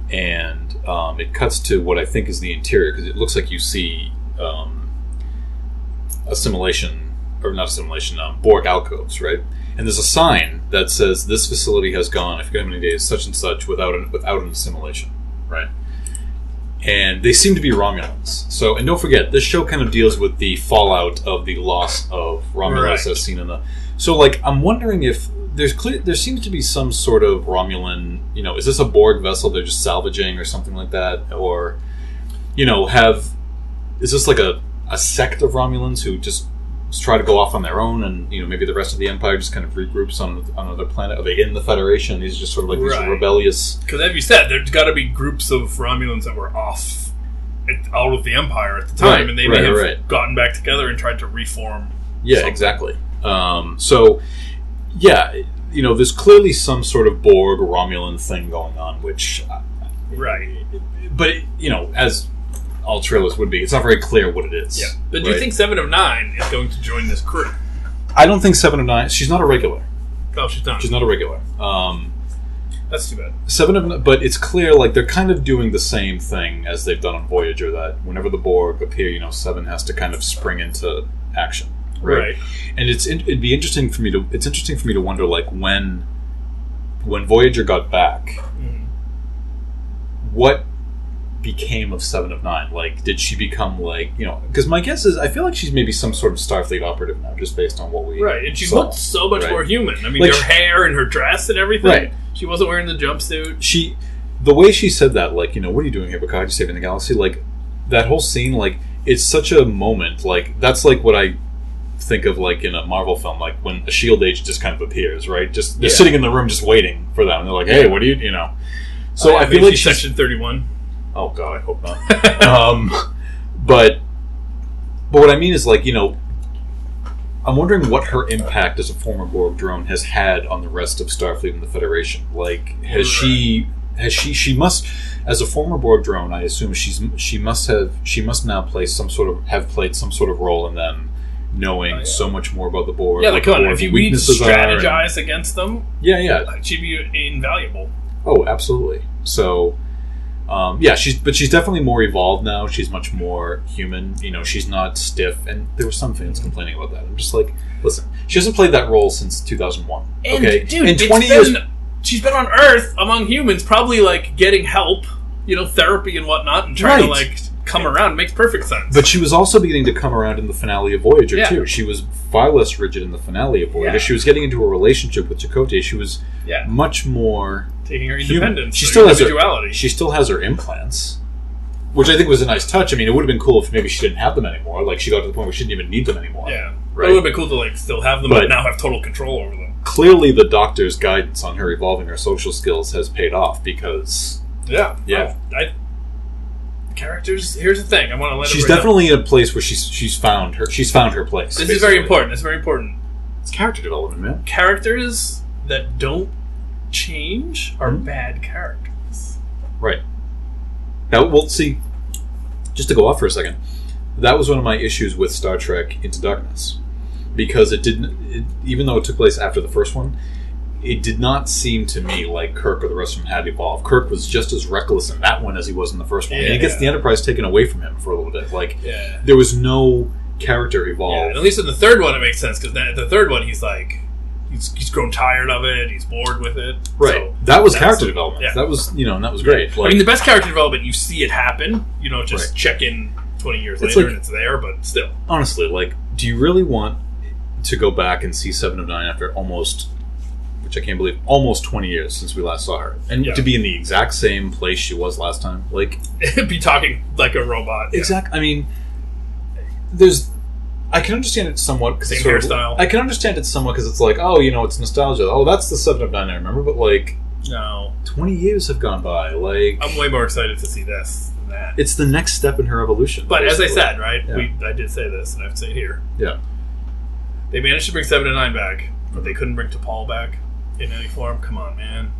and um, it cuts to what I think is the interior because it looks like you see um, assimilation or not assimilation um, Borg alcoves, right? And there's a sign that says this facility has gone. I forget how many days, such and such, without an, without an assimilation, right? And they seem to be Romulans. So, and don't forget, this show kind of deals with the fallout of the loss of Romulus Right. as seen in the. So, like, I'm wondering if there's clear there seems to be some sort of Romulan. You know, is this a Borg vessel they're just salvaging or something like that, or you know, have is this like a, a sect of Romulans who just try to go off on their own, and you know maybe the rest of the Empire just kind of regroups on on another planet? Are they in the Federation? These are just sort of like Right. these rebellious. Because as you said, there's got to be groups of Romulans that were off at, out of the Empire at the time, Right, and they right, may have right. gotten back together and tried to reform. Yeah, Something. exactly. Um, so yeah, you know, there's clearly some sort of Borg Romulan thing going on, which, uh, Right. but you know, as all trailers would be, it's not very clear what it is. Yeah. But do you right? think Seven of Nine is going to join this crew? I don't think Seven of Nine. She's not a regular. No, she's not. She's not a regular. Um, That's too bad. Seven of, but it's clear like they're kind of doing the same thing as they've done on Voyager. That whenever the Borg appear, you know, Seven has to kind of spring into action, Right. And it's in- it'd be interesting for me to it's interesting for me to wonder like when when Voyager got back, Mhm. what became of Seven of Nine? Like, did she become like you know? Because my guess is I feel like she's maybe some sort of Starfleet operative now, just based on what we Right. And she saw. looked so much Right. more human. I mean, Like her she- hair and her dress and everything. Right. She wasn't wearing the jumpsuit. she the way she said that like you know what are you doing here picard you're saving the galaxy like that whole scene like it's such a moment like that's like what i think of like in a marvel film like when a shield agent just kind of appears right just they're Yeah. sitting in the room just waiting for them and they're like hey what do you you know so Uh, i feel like she's she's Section 31. oh god i hope not (laughs) um but but what i mean is like you know i'm wondering what her impact as a former borg drone has had on the rest of starfleet and the federation like has she has she she must as a former borg drone i assume she's she must have she must now play some sort of have played some sort of role in them knowing Oh, yeah. so much more about the borg yeah, what like, the come on. Borg If you we weaknesses are, and- strategize against them, yeah yeah she'd be invaluable. Oh, absolutely. So, um, yeah, she's but she's definitely more evolved now. She's much more human. You know, she's not stiff. And there were some fans complaining about that. I'm just like, listen, she hasn't played that role since 2001. And okay, dude, in it's 20 been- years, she's been on Earth among humans, probably like getting help, you know, therapy and whatnot, and trying to Right. like come around. Makes perfect sense. but she was also beginning to come around in the finale of Voyager Yeah. too. She was far less rigid in the finale of Voyager. Yeah. She was getting into a relationship with Chakotay. She was yeah, much more. taking her human. independence, She her still has her- individuality. She still has her implants. Which I think was a nice touch. I mean, it would have been cool if maybe she didn't have them anymore. Like she got to the point where she didn't even need them anymore. yeah, Right. it would have been cool to like still have them, but, But- now have total control over them. clearly the doctor's guidance on her evolving her social skills has paid off because Yeah, Yeah. Oh, I, I- characters. Here's the thing. I want to let she's everybody know. definitely in a place where she's she's found her she's found her place. This is very basically. important. It's very important. It's character development, man. Characters that don't change are Mhm. bad characters. Right. Now, we'll see. Just to go off for a second, that was one of my issues with Star Trek Into Darkness. Because it didn't, it, even though it took place after the first one, it did not seem to me like Kirk or the rest of them had evolved. Kirk was just as reckless in that one as he was in the first one. and he gets Yeah. the Enterprise taken away from him for a little bit. Like, Yeah. there was no character Yeah, evolved. and at least in the third one, it makes sense because the third one, he's like, he's, he's grown tired of it. He's bored with it. right. So, that was that's- character development. yeah. That was, you know, and that was great. I Like, mean, the best character development you see it happen. You know, just Right. check in twenty years It's later like- and it's there, but still, honestly, like, do you really want to go back and see Seven of Nine after almost, which I can't believe, almost twenty years since we last saw her, and Yeah. to be in the exact same place she was last time? Like, (laughs) be talking like a robot. Yeah. exact. I mean, there's. I can understand it somewhat because Same hairstyle. I can understand it somewhat because it's like, oh, you know, it's nostalgia. Oh, that's the Seven of Nine I remember, but like No, twenty years have gone by. Like, I'm way more excited to see this than that. it's the next step in her evolution. But as I basically. said, right, Yeah. we I did say this, and I have to say it here. Yeah. They managed to bring seven and nine back, but they couldn't bring T'Pol back in any form. Come on, man.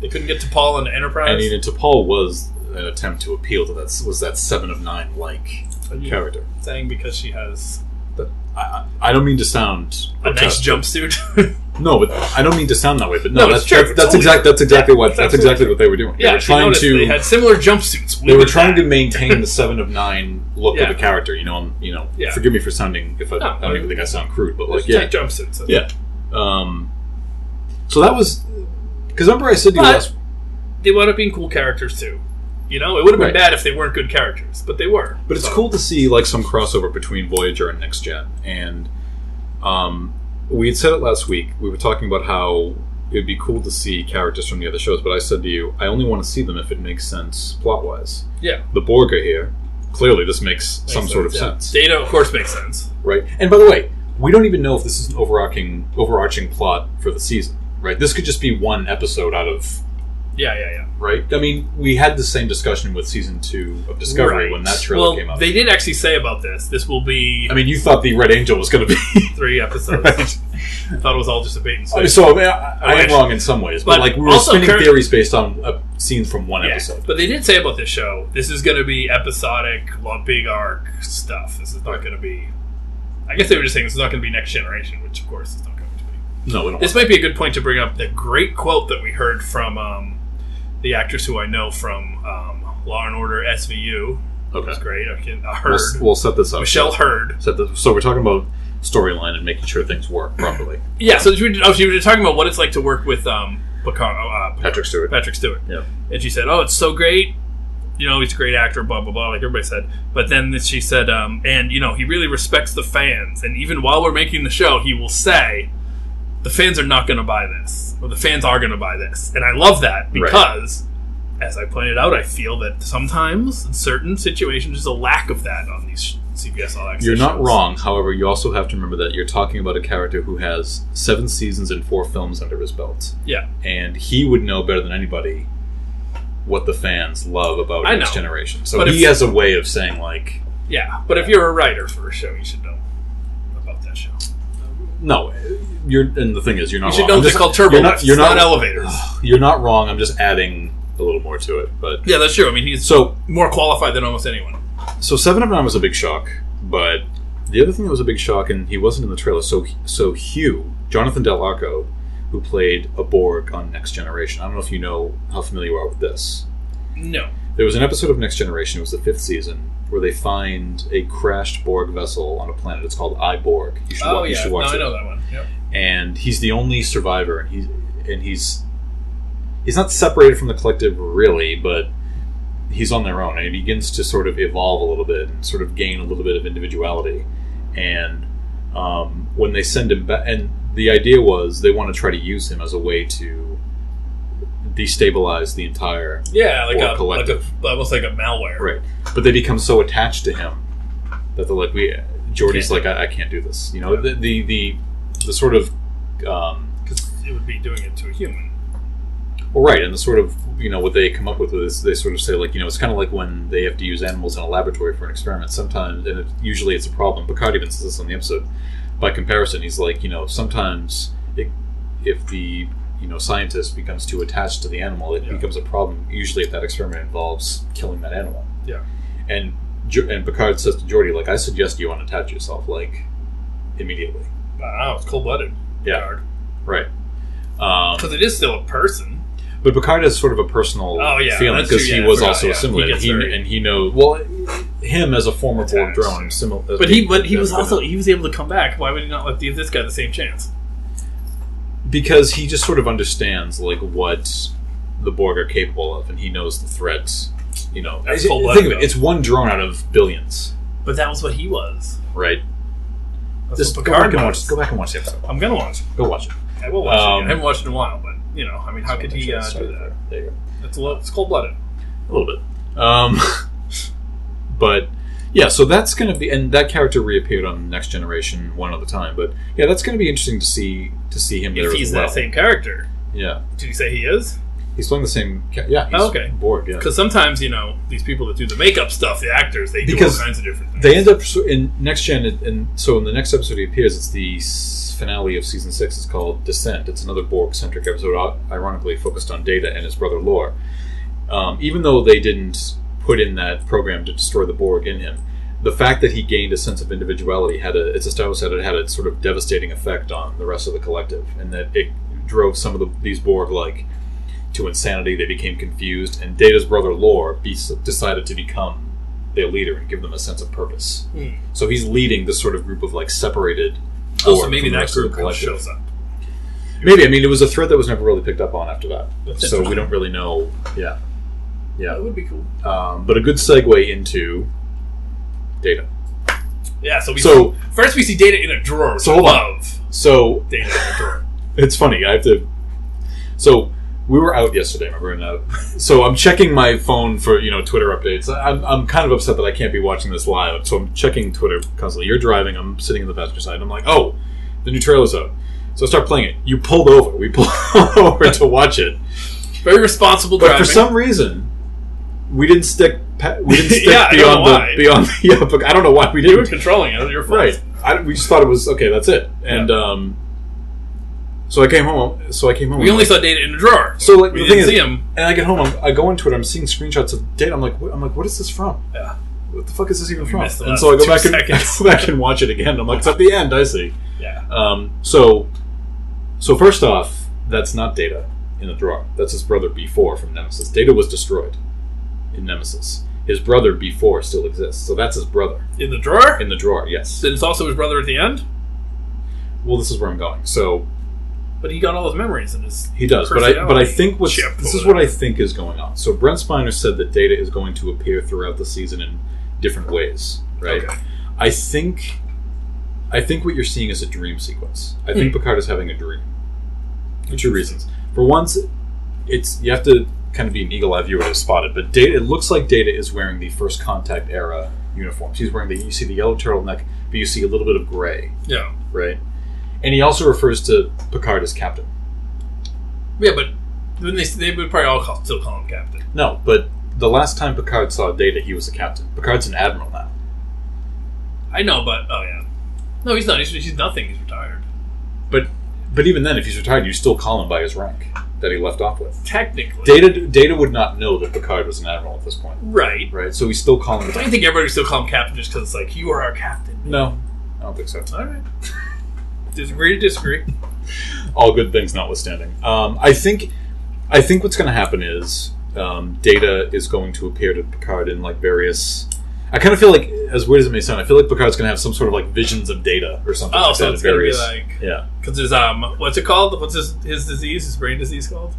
They couldn't get T'Pol into I Enterprise. mean, and T'Pol was an attempt to appeal to that. Was that Seven of Nine like Are you character? saying because she has I, I I don't mean to sound a nice grotesque. (laughs) jumpsuit. No, but I don't mean to sound that way. But no, No, that's it's true. that's, that's Totally exactly that's exactly what It's that's absolutely exactly what they were doing. they yeah, were she trying noticed to they had similar jumpsuits. they were did trying that. to maintain the Seven of Nine look of Yeah. the character. You know, I'm, you know. Yeah. Forgive me for sounding if I, No, I don't even think I sound crude, but like Just yeah, take jumpsuits. That's- yeah. Um, so that was because remember I said to you But- last, They wound up being cool characters too. You know, it would have been Right. bad if they weren't good characters, but they were. but it's So, cool to see like some crossover between Voyager and Next Gen, and um, we had said it last week. We were talking about how it would be cool to see characters from the other shows, but I said to you, I only want to see them if it makes sense plot wise. Yeah. the Borg are here. Clearly, this makes, Makes some sort of yeah. sense, Data, of course, makes sense. right? And by the way, we don't even know if this is an overarching overarching plot for the season, right? This could just be one episode out of Yeah, yeah, yeah. right. I mean, we had the same discussion with season two of Discovery when Right. that trailer well, came out. They did actually say about this. This will be I mean, you thought the Red Angel was going to be (laughs) three episodes. Right. I thought it was all just a bait and I- switch. So I, mean, I, I am wish. wrong in some ways, but, But like we were also spinning Kirk- theories based on a scene from one Yeah. episode. But they did say about this show, this is going to be episodic, lo- big arc stuff. This is not going to be. I guess they were just saying this is not going to be next generation, which of course is not going to be. No, we don't. This might be a good point to bring up the great quote that we heard from um, the actress who I know from um, Law and Order SVU. okay, That's great. I can I we'll, heard s- we'll set this up. Michelle Heard. Set this, so we're talking about storyline and making sure things work properly. Yeah, so she, oh, she was talking about what it's like to work with um, Picard, uh, Picard- Patrick Stewart. Patrick Stewart. Yeah. And she said, "Oh, it's so great. You know, he's a great actor, blah blah blah." Like everybody said. But then she said, um, "And you know, he really respects the fans. And even while we're making the show, he will say." The fans are not going to buy this, or the fans are going to buy this, and I love that Right. because, as I pointed out, I feel that sometimes in certain situations there's a lack of that on these CBS All Access. You're not shows. wrong. However, you also have to remember that you're talking about a character who has seven seasons and four films under his belt, Yeah, and he would know better than anybody what the fans love about I Next know. Generation. So But he if- has a way of saying like, yeah. But if you're a writer for a show, you should know about that show. no. You're and the thing is, you're not. You should wrong. know I'm they're just- called you're turbo. not- lifts, you're not, not elevators. You're not wrong. I'm just adding a little more to it. But yeah, that's true. I mean, he's so more qualified than almost anyone. so seven of nine was a big shock, but the other thing that was a big shock, and he wasn't in the trailer. So so Hugh Jonathan Del Arco, who played a Borg on Next Generation. I don't know if you know how familiar you are with this. No. There was an episode of Next Generation. It was the fifth season where they find a crashed Borg vessel on a planet. It's called I Borg. You should, Oh wa- you yeah, should no, watch I it. know that one. Yep. and he's the only survivor and he's and he's he's not separated from the collective really but he's on their own and he begins to sort of evolve a little bit and sort of gain a little bit of individuality and um, when they send him back and the idea was they want to try to use him as a way to destabilize the entire Yeah, like Or a like a collective. almost like a malware. right but they become so attached to him that they're like we Jordy's like I, I can't do this you know the the the, the sort of um, Because it would be doing it to a human. Well, right, and the sort of you know what they come up with is they sort of say like you know it's kind of like when they have to use animals in a laboratory for an experiment. Sometimes, and it, usually it's a problem. Picard even says this on the episode. By comparison, he's like you know sometimes it, if the you know scientist becomes too attached to the animal, it Yeah. becomes a problem. Usually, if that experiment involves killing that animal, Yeah. And Jo- and Picard says to Geordi, like, I suggest you unattach yourself, like, immediately. Wow, it's cold blooded. right. Um, Because it is still a person. But Picard has sort of a personal Oh, yeah, feeling that's true, because he yeah, I was forgot, also yeah. He assimilated, gets he very- and he knows well. Him as a former Borg Attached. drone, uh, similar. But he but he was also he was able to come back. Why would he not let the, this guy the same chance? because he just sort of understands like what the Borg are capable of, and he knows the threats. You know, That's It- cold think of blooded, it, it's one drone out of billions, But that was what he was. right? That's Just what go back Picard and was. watch. Go back and watch the episode. I'm gonna watch. it. Go watch it. I will watch it. Um, Again. I haven't watched it in a while, but you know, I mean, how could he uh, Sorry, do that? There you go. It's a little, it's cold blooded. a little bit. Um, (laughs) but yeah, so that's going to be, and that character reappeared on Next Generation one other time. But yeah, that's going to be interesting to see to see him there If as he's well. that same character, Yeah, did you say he is? he's playing the same. Ca- yeah, he's Oh, okay. Borg. Yeah, Because sometimes you know these people that do the makeup stuff, the actors, they Because do all kinds of different things. they end up so- in Next Gen, and- and so in the next episode he appears. It's the s- finale of season six. It's called Descent. It's another Borg centric episode, o- ironically focused on Data and his brother Lore. Um, even though they didn't put in that program to destroy the Borg in him, the fact that he gained a sense of individuality had a it's established that it had a sort of devastating effect on the rest of the collective, and that it drove some of the, these Borg like to insanity. They became confused, and Data's brother Lore be, decided to become their leader and give them a sense of purpose. Hmm. So he's leading this sort of group of like separated. also, Borg Oh, maybe from the that rest of the group collective. shows up. Maybe I mean it was a thread that was never really picked up on after that, That's so we interesting. don't really know. Yeah, yeah. That would be cool. Um, but a good segue into data. Yeah. So we So- first we see Data in a drawer. So So hold on. love So Data in a drawer. it's funny. I have to. So we were out yesterday. Remember? And, uh, (laughs) so I'm checking my phone for you know Twitter updates. I- I'm, I'm kind of upset that I can't be watching this live. So I'm checking Twitter constantly. You're driving. I'm sitting in the passenger side. And I'm like, oh, the new trailer's out. So I start playing it. You pulled over. We pulled (laughs) over to watch it. Very responsible But driving. for some reason, we didn't stick. pa- We (laughs) didn't stick Yeah, I don't know beyond the why. beyond. The, (laughs) yeah, but I don't know why we you were didn't. controlling it. It was Your fault. (laughs) Right. I, we just thought it was okay. That's it. And um, so I came home. So I came home. We only saw Data in a drawer. So, like, we didn't the thing is- see him. and I get home. I'm, I go on Twitter. I'm seeing screenshots of data. I'm like, what, I'm like, what is this from? Yeah. What the fuck is this even from? missed the And last so I go two back and I seconds. (laughs) go back and watch it again. I'm like, it's at the end. I see. Yeah. Um, so, so first off, that's not Data in the drawer. That's his brother B4 from Nemesis. Data was destroyed in Nemesis. His brother B4 still exists, so that's his brother In the drawer. in the drawer. Yes. Then it's also his brother at the end. Well, this is where I'm going. So But he got all his memories in his. he does, but I but I Personality think what's chip this or is what I think is going on. So Brent Spiner said that Data is going to appear throughout the season in different ways, right? Okay. I think I think what you're seeing is a dream sequence. I think Picard is having a dream. For two reasons. For once, it's you have to kind of be an eagle eye viewer to spot it, but Data it looks like Data is wearing the first contact era uniforms. He's wearing the you see the yellow turtleneck, but you see a little bit of gray, Yeah. right? And he also refers to Picard as captain. Yeah, but then they they would probably all call, still call him captain. No, but the last time Picard saw Data, he was a captain. Picard's an admiral now. I know, but oh yeah. No, he's not. He's, he's nothing. He's retired. But but even then, if he's retired, you still call him by his rank that he left off with. Technically. Data Data would not know that Picard was an admiral at this point, right. right? So we still call him. Don't you think everybody would still call him captain just because it's like you are our captain? No, I don't think so. All right. disagree to disagree. All good things notwithstanding, um, I think I think what's going to happen is um, Data is going to appear to Picard in like various. I kind of feel like, as weird as it may sound, I feel like Picard's going to have some sort of like visions of Data or something. Oh, like so that, it's gonna be various- like yeah, because there's um what's it called? What's his his disease? His brain disease called?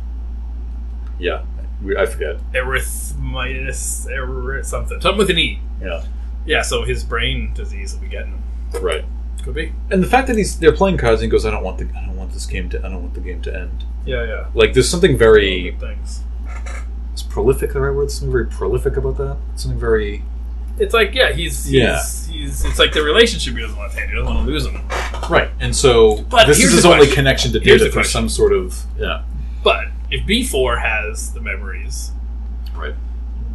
yeah. We- I forget. Erythmitis, eryth something. Something with an E. Yeah, Yeah. So his brain disease will be getting him. right. Could be. and the fact that he's they're playing cards and he goes, I don't want the I don't want this game to I don't want the game to end. Yeah. Yeah. Like there's something very Good things. is prolific the right word? Something very prolific about that. Something very It's like yeah, he's he's, Yeah. he's it's like the relationship he doesn't want to take. He doesn't want to lose him. right. And so But this is here's his the only question. connection to Here's data the through question. some sort of yeah But if B four has the memories, right.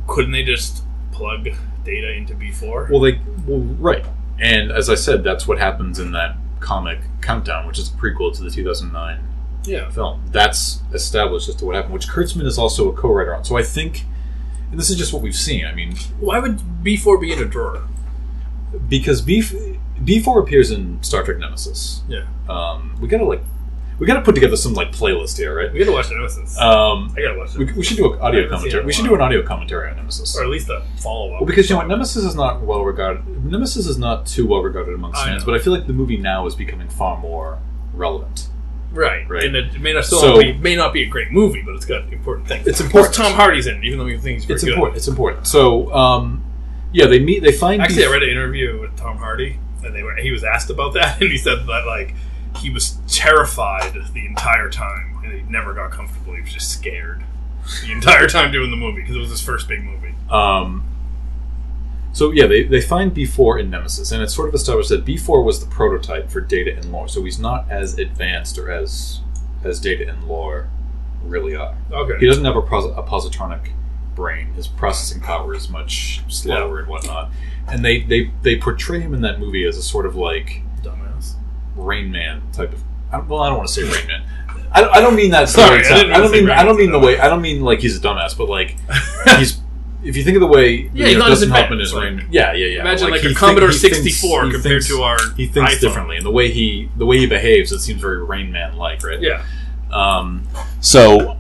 couldn't they just plug data into B four? Well, they well, right. And as I said, that's what happens in that comic countdown, which is a prequel to the 2009 Yeah. film. That's established as to what happened, which Kurtzman is also a co-writer on. So I think, and this is just what we've seen. I mean, Why would B4 be in a drawer? because B B four appears in Star Trek Nemesis. Yeah. Um, we gotta like, we gotta put together some like playlist here, right? We gotta watch Nemesis. Um, I gotta watch it. we, we should do an audio I haven't seen it in commentary. a We should while. do an audio commentary on Nemesis. or at least a follow up. Well, because you know what, Nemesis is not well regarded. Nemesis is not too well regarded amongst I fans, know. but I feel like the movie now is becoming far more relevant. right, Right. and it may not still So- be, may not be a great movie, but it's got important things. It's Of important. course, Tom Hardy's in, it, even though he thinks he's very It's good. important. It's important. So, um, yeah, they meet. They find. Actually, I Beef- read an interview with Tom Hardy, and they were he was asked about that, (laughs) and he said that like he was terrified the entire time, and he never got comfortable. He was just scared the entire time doing the movie because it was his first big movie. Um, so yeah, they, they find B four in Nemesis, and it's sort of established that B four was the prototype for Data and Lore. So he's not as advanced or as as Data and Lore really are. He Okay, doesn't have a, pros- a positronic brain. His processing power is much slower and whatnot. And they, they they portray him in that movie as a sort of like dumbass. Rain Man type of. I, well, I don't want to say Rain Man. I, don't- I don't mean that. Sorry, I I, didn't mean don't to say mean. I Rain don't mean the Man. way. I don't mean like he's a dumbass, (laughs) but like he's. If you think of the way, Yeah, he's not as Dustin Hoffman advanced, is like- Rain. Man. Yeah, yeah, yeah. Imagine like, he a think- Commodore he thinks- sixty four he compared thinks- to our. He thinks iPhone. differently, and the way he the way he behaves, it seems very Rain Man like, right? Yeah, Um, so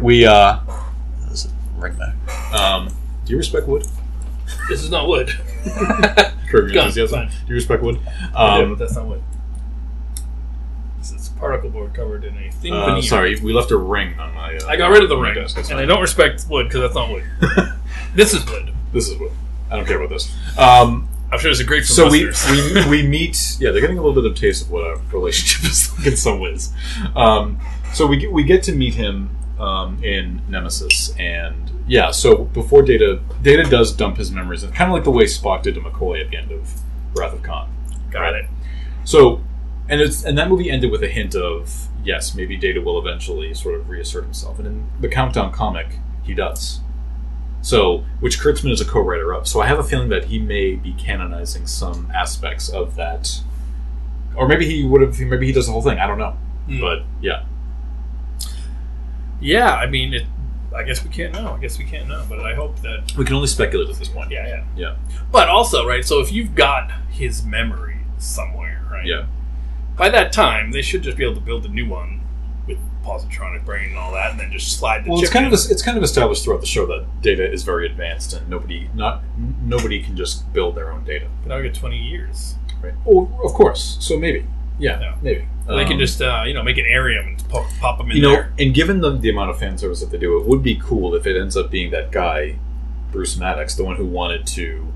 we uh, There's a ring there. um, do you respect wood? this is not (laughs) wood. Curb your Gun, fine. enthusiasm. Do you respect wood? I did, but Um, that's not wood. This is particle board covered in a thin uh, veneer. sorry, we left a ring on my. Uh, I got rid of the on my ring, desk, that's and fine. I don't respect wood because that's (laughs) not wood. this is wood. This is wood. I don't care about this. Um, I'm sure it's a great. for so we, listeners. (laughs) we we meet. Yeah, they're getting a little bit of taste of what our relationship is like in some ways. Um, so we get- we get to meet him um, in Nemesis, and yeah. So before Data, Data does dump his memories, and kind of like the way Spock did to McCoy at the end of Wrath of Khan. got it. So, and it's and that movie ended with a hint of yes, maybe Data will eventually sort of reassert himself, and in the Countdown comic, he does. So, which Kurtzman is a co-writer of. So I have a feeling that he may be canonizing some aspects of that, or maybe he would have. Maybe he does the whole thing. I don't know, Mm. but yeah, Yeah, I mean, it, I guess we can't know. I guess we can't know, but I hope that. we can only speculate at this point. Yeah, yeah, Yeah. But also, right? So if you've got his memory somewhere, right? yeah. By that time, they should just be able to build a new one with positronic brain and all that, and then just slide the Well, chip. it's kind in. of it's kind of established throughout the show that Data is very advanced, and nobody not n- nobody can just build their own data. But now we got twenty years. Right. Oh, of course. So maybe. Yeah, Yeah. maybe. they can Um, just uh, you know make an area and pop, pop them in you know, there. and given the, the amount of fan service that they do, it would be cool if it ends up being that guy, Bruce Maddox, the one who wanted to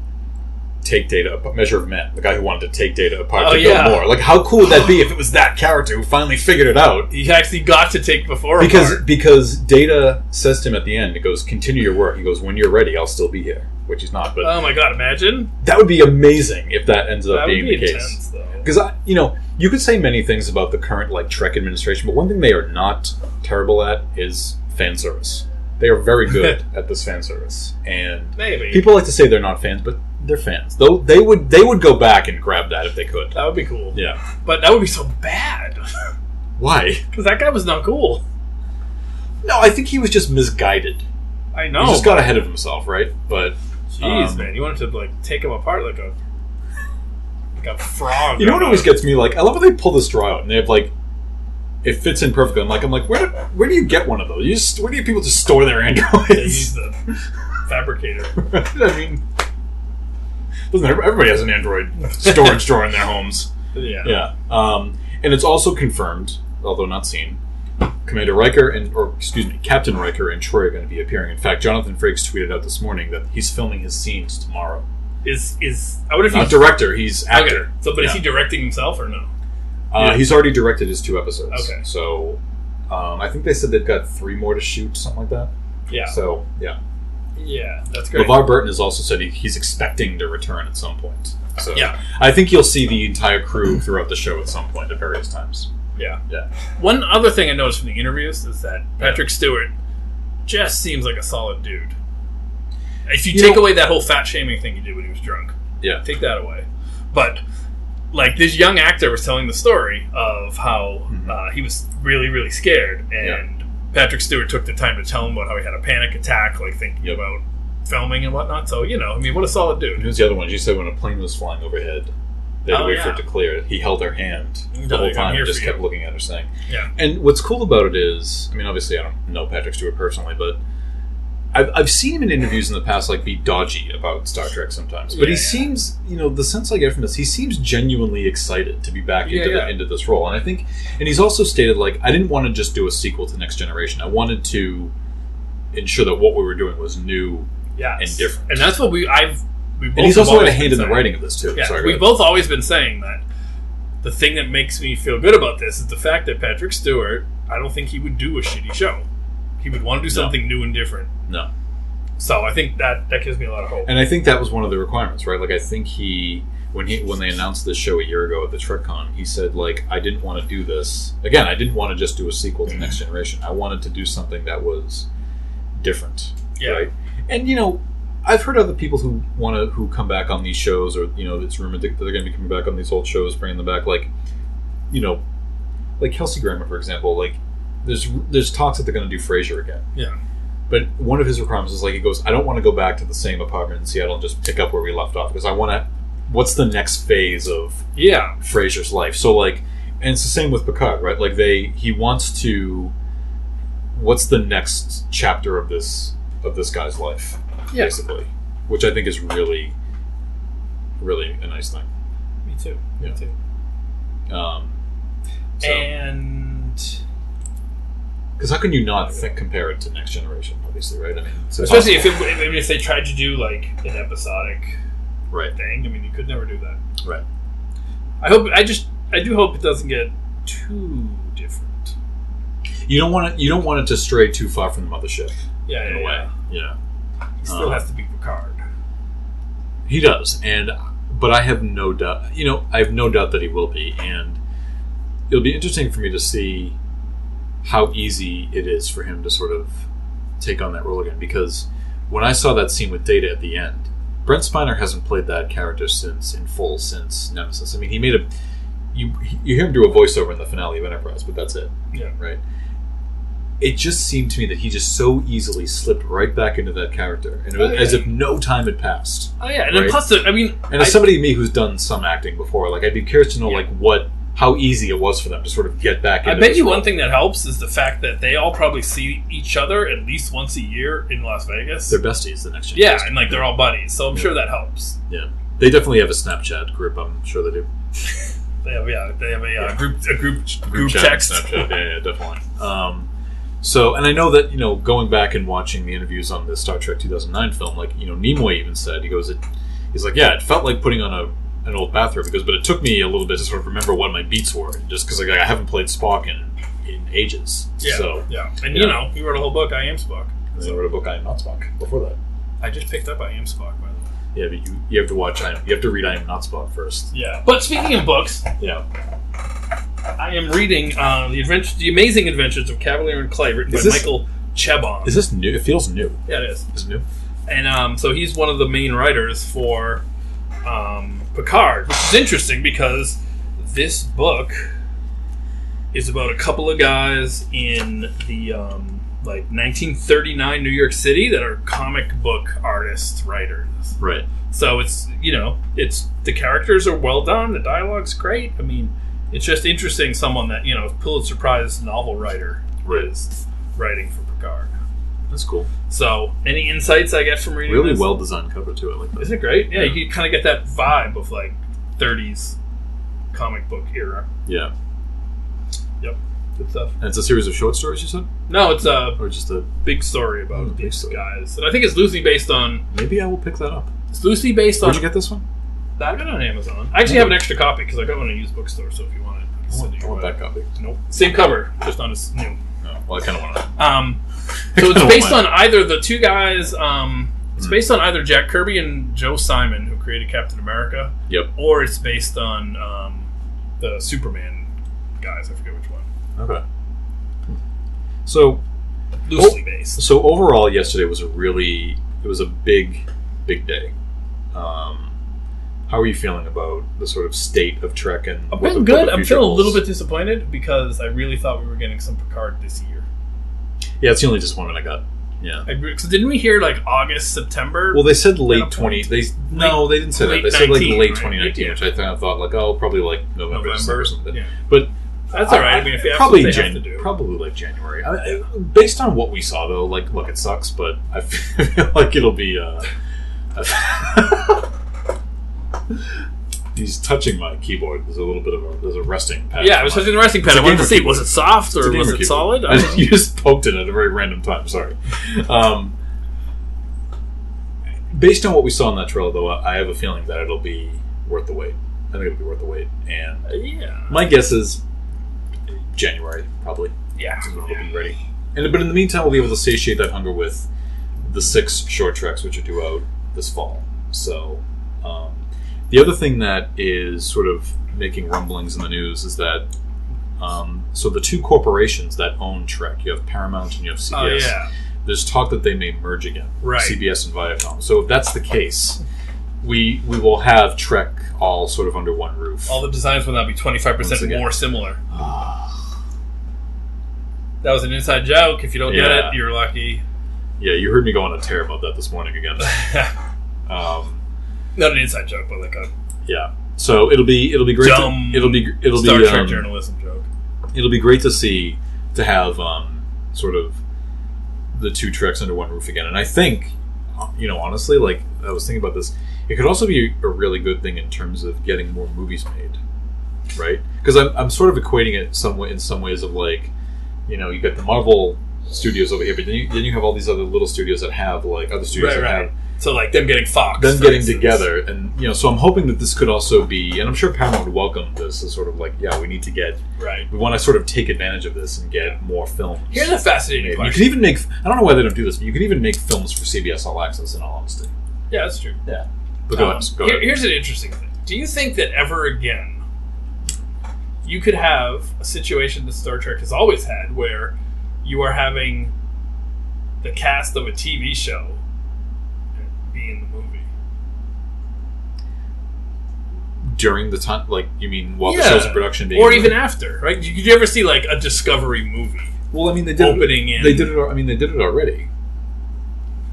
take data, ap- measure of men, the guy who wanted to take data apart Oh, to yeah. build more. Like, how cool would that be if it was that character who finally figured it out? He actually got to take before Because apart. because Data says to him at the end, it goes, "Continue your work." He goes, "When you're ready, I'll still be here," which he's not. But Oh my god! Imagine that would be amazing if that ended up that would being be the case. intense, though. Because I, you know, you could say many things about the current like Trek administration, but one thing they are not terrible at is fan service. They are very good at this fan service, and Maybe people like to say they're not fans, but they're fans. Though they would they would go back and grab that if they could. that would be cool. Yeah. But that would be so bad (laughs) Why? because that guy was not cool. No, I think he was just misguided. I He know. just got ahead of himself, right? But Jeez, Um, man, you wanted to like take him apart like a like a frog. you know what always gets me? Like I love how they pull this draw out and they have like. It fits in perfectly. I'm like, I'm like, where, where do you get one of those? You just, where do you people just store their (laughs) Yeah, androids? he's the fabricator. (laughs) I mean, doesn't every- everybody has an Android storage drawer in (laughs) their homes? Yeah. Yeah, um, and it's also confirmed, although not seen. Commander Riker and, or excuse me, Captain Riker and Troy are going to be appearing. In fact, Jonathan Frakes tweeted out this morning that he's filming his scenes tomorrow. Is is I wonder if Not he's director, he's okay. actor. So, but is Yeah. he directing himself or no? Uh, he's already directed his two episodes. Okay. so um, I think they said they've got three more to shoot, something like that. Yeah. So yeah, yeah, that's great. LeVar Burton has also said he, he's expecting to return at some point. So Uh, Yeah. I think you'll see the entire crew throughout the show at some point at various times. Yeah. Yeah. One other thing I noticed from the interviews is that Patrick Stewart just seems like a solid dude. If you, You take know- away that whole fat shaming thing he did when he was drunk, Yeah. take that away. But like this young actor was telling the story of how Mhm. uh, he was really really scared and patrick stewart took the time to tell him about how he had a panic attack like thinking Yep. about filming and whatnot so you know i mean what a solid And dude who's the other one? You said when a plane was flying overhead, they had to Oh, wait for yeah. it to clear. He held her hand the Until whole they got time here and just for kept you. looking at her saying. Yeah. And what's cool about it is, I mean, obviously, I don't know Patrick Stewart personally, but I've, I've seen him in interviews in the past, like, be dodgy about Star Trek sometimes. But he Yeah, yeah. seems, you know, the sense I get from this, he seems genuinely excited to be back Yeah, into, yeah. The, into this role. And I think, and he's also stated, like, I didn't want to just do a sequel to Next Generation. I wanted to ensure that what we were doing was new. yeah And different. and that's what we i've we both And he's have also had a always been hand in the saying. writing of this, too. yeah Sorry, go we've ahead. both always been saying that the thing that makes me feel good about this is the fact that patrick stewart i don't think he would do a shitty show he would want to do No. something new and different No. so i think that that gives me a lot of hope And I think that was one of the requirements, right? Like I think he when he when they announced this show a year ago at the TrekCon, he said like I didn't want to do this again. I didn't want to just do a sequel to Next Generation. I wanted to do something that was different, yeah right? And you know, I've heard other people who want to who come back on these shows, or you know, it's rumored that they're going to be coming back on these old shows, bringing them back. Like, you know, like Kelsey Grammer, for example. Like, there's there's talks that they're going to do Frasier again. Yeah. But one of his requirements is like he goes, I don't want to go back to the same apartment in Seattle and just pick up where we left off because I want to. What's the next phase of yeah Frasier's life. So like, and it's the same with Picard, right? Like they he wants to. What's the next chapter of this of this guy's life? Yeah. Basically, which I think is really, really a nice thing. Me too. Yeah. Me too. Um, so, And because how can you not think, compare it to Next Generation? Obviously, right? I mean, it's especially if it, I mean, if they tried to do like an episodic impossible. right, thing, I mean, you could never do that. right, I hope. I just. I do hope it doesn't get too different. you don't want to you don't want it to stray too far from the mothership Yeah. in Yeah. a yeah. way. Yeah, He still Uh, has to be Picard. He does, and but I have no doubt. You know, I have no doubt that he will be, and it'll be interesting for me to see how easy it is for him to sort of take on that role again. Because when I saw that scene with Data at the end, Brent Spiner hasn't played that character since in full since Nemesis. I mean, he made a you you hear him do a voiceover in the finale of Enterprise, but that's it Yeah. right? It just seemed to me that he just so easily slipped right back into that character, and it was Oh, yeah. as if no time had passed. Oh yeah, and Right. then plus, the, I mean, And as I- somebody me who's done some acting before, like I'd be curious to know like what how easy it was for them to sort of get back. I into bet this you role. one thing that helps is the fact that they all probably see each other at least once a year in Las Vegas. They're besties the next year. yeah, and like they're all buddies, so I'm Yeah. sure that helps. they definitely have a Snapchat group. I'm sure they do. They have yeah, they have a uh, group a group group, chat, text. Snapchat. Yeah, yeah, definitely. Um, so, and I know that you know, going back and watching the interviews on the Star Trek 2009 film, like you know, Nimoy even said he goes, it, he's like, yeah, it felt like putting on a an old bathrobe. He goes, but it took me a little bit to sort of remember what my beats were, just because like I haven't played Spock in in ages. Yeah, So, (laughs) yeah, and Yeah. you know, you wrote a whole book, I Am Spock. and then I wrote a book, I Am Not Spock, before that. I just picked up I Am Spock, by the way. Yeah, but you you have to watch I Am, you have to read I Am Not Spock first. Yeah. But speaking of books, Yeah. I am reading uh, the adventure, the Amazing Adventures of Cavalier and Clay, written Is by this- Michael Chabon. Is this new? It feels new. yeah, it is. Is it new? And um, so he's one of the main writers for um, Picard, which is interesting because this book is about a couple of guys in the um, like 1939 New York City that are comic book artists, writers. Right. So it's you know it's the characters are well done, the dialogue's great. I mean, it's just interesting someone that you know Pulitzer Prize novel writer Right. is writing for Picard. That's cool. So any insights I get from reading Really this? well designed cover too. I like that. Isn't it great? Yeah, Yeah. you kind of get that vibe of like 30s comic book era. Yeah. Good stuff. And it's a series of short stories. You said. No, it's a or just a big story about Oh, big these story. guys, and I think it's loosely based on maybe I will pick that up. it's loosely based on. Where'd you get this one? I got it on Amazon. I actually have an extra copy because I got one in a used bookstore. So if you want it, I can I send want, it I your Oh, want way. that copy. Nope. Same cover, just on his new. No, well, I kind of want to. (laughs) Um, so it's based on either the two guys. Um, it's Hmm. based on either Jack Kirby and Joe Simon, who created Captain America, Yep. or it's based on um, the Superman guys. I forget which one. Okay. So Loosely based. so overall, yesterday was a really it was a big big day. Um, How are you feeling about the sort of state of Trek and? I'm what the- feeling what good. the I'm future feeling a little bit holds? disappointed because I really thought we were getting some Picard this year. Yeah, it's the only disappointment I got. Yeah. I, re- 'cause didn't we hear like August, September? Well, they said late point. twenty. They no, they didn't say that. late They said like 19, late right? 2019, Yeah. which I kind of thought like oh, probably like November, December or something. Yeah. But That's all right. I, mean, if that's probably what probably they Jan- have to do. probably like January. I, I- based on what we saw, though, like look, it sucks, but I (laughs) feel like it'll be. Uh, (laughs) he's touching my keyboard. There's a little bit of a there's a resting. Pattern yeah, I was on my- touching the resting pen. It's I a wanted to gamer see keyboard. was it soft It's a or was gamer it (laughs) keyboard. solid? I I don't know. you just poked it at a very random time. Sorry. Um, based on what we saw in that trailer, though, I I have a feeling that it'll be worth the wait. I think it'll be worth the wait, and yeah. my guess is January probably. Yeah. Is when it'll be ready. And but in the meantime, we'll be able to satiate that hunger with the six short treks which are due out this fall. So um, the other thing that is sort of making rumblings in the news is that um, so the two corporations that own Trek, you have Paramount and you have Oh CBS. yeah. There's talk that they may merge again, Right. CBS and Viacom. So if that's the case, we we will have Trek all sort of under one roof. All the designs will now be twenty five Once percent again. more similar. Ah. That was an inside joke. If you don't Yeah. get it, you're lucky. (laughs) yeah, you heard me go on a tear about that this morning again. Um, Not an inside joke, but like a Yeah. So it'll be it'll be great. Dumb to, it'll be it'll Star be Trek um, journalism joke. it'll be great to see to have um, sort of the two treks under one roof again. And I think you know honestly, like I was thinking about this, it could also be a really good thing in terms of getting more movies made, right? Because I'm I'm sort of equating it some way in some ways of like you know you got the Marvel studios over here, but then you, then you have all these other little studios that have like other studios Right, that right. have So like them getting Fox, them for getting instance. together and you know so i'm hoping that this could also be and i'm sure paramount would welcome this as sort of like yeah we need to get Right. we want to sort of take advantage of this and get more films Here's a made. fascinating you question. could even make i don't know why they don't do this but you could even make films for cbs all access in all honesty yeah, that's true. but go Um, ahead, go here- ahead. here's an interesting thing. Do you think that ever again you could have a situation that Star Trek has always had where you are having the cast of a TV show be in the movie? during the time like you mean while Yeah. the show's in production being Or even after, right? Did you, could you ever see like a Discovery movie? well i mean they did opening it, in- they did it al- i mean they did it already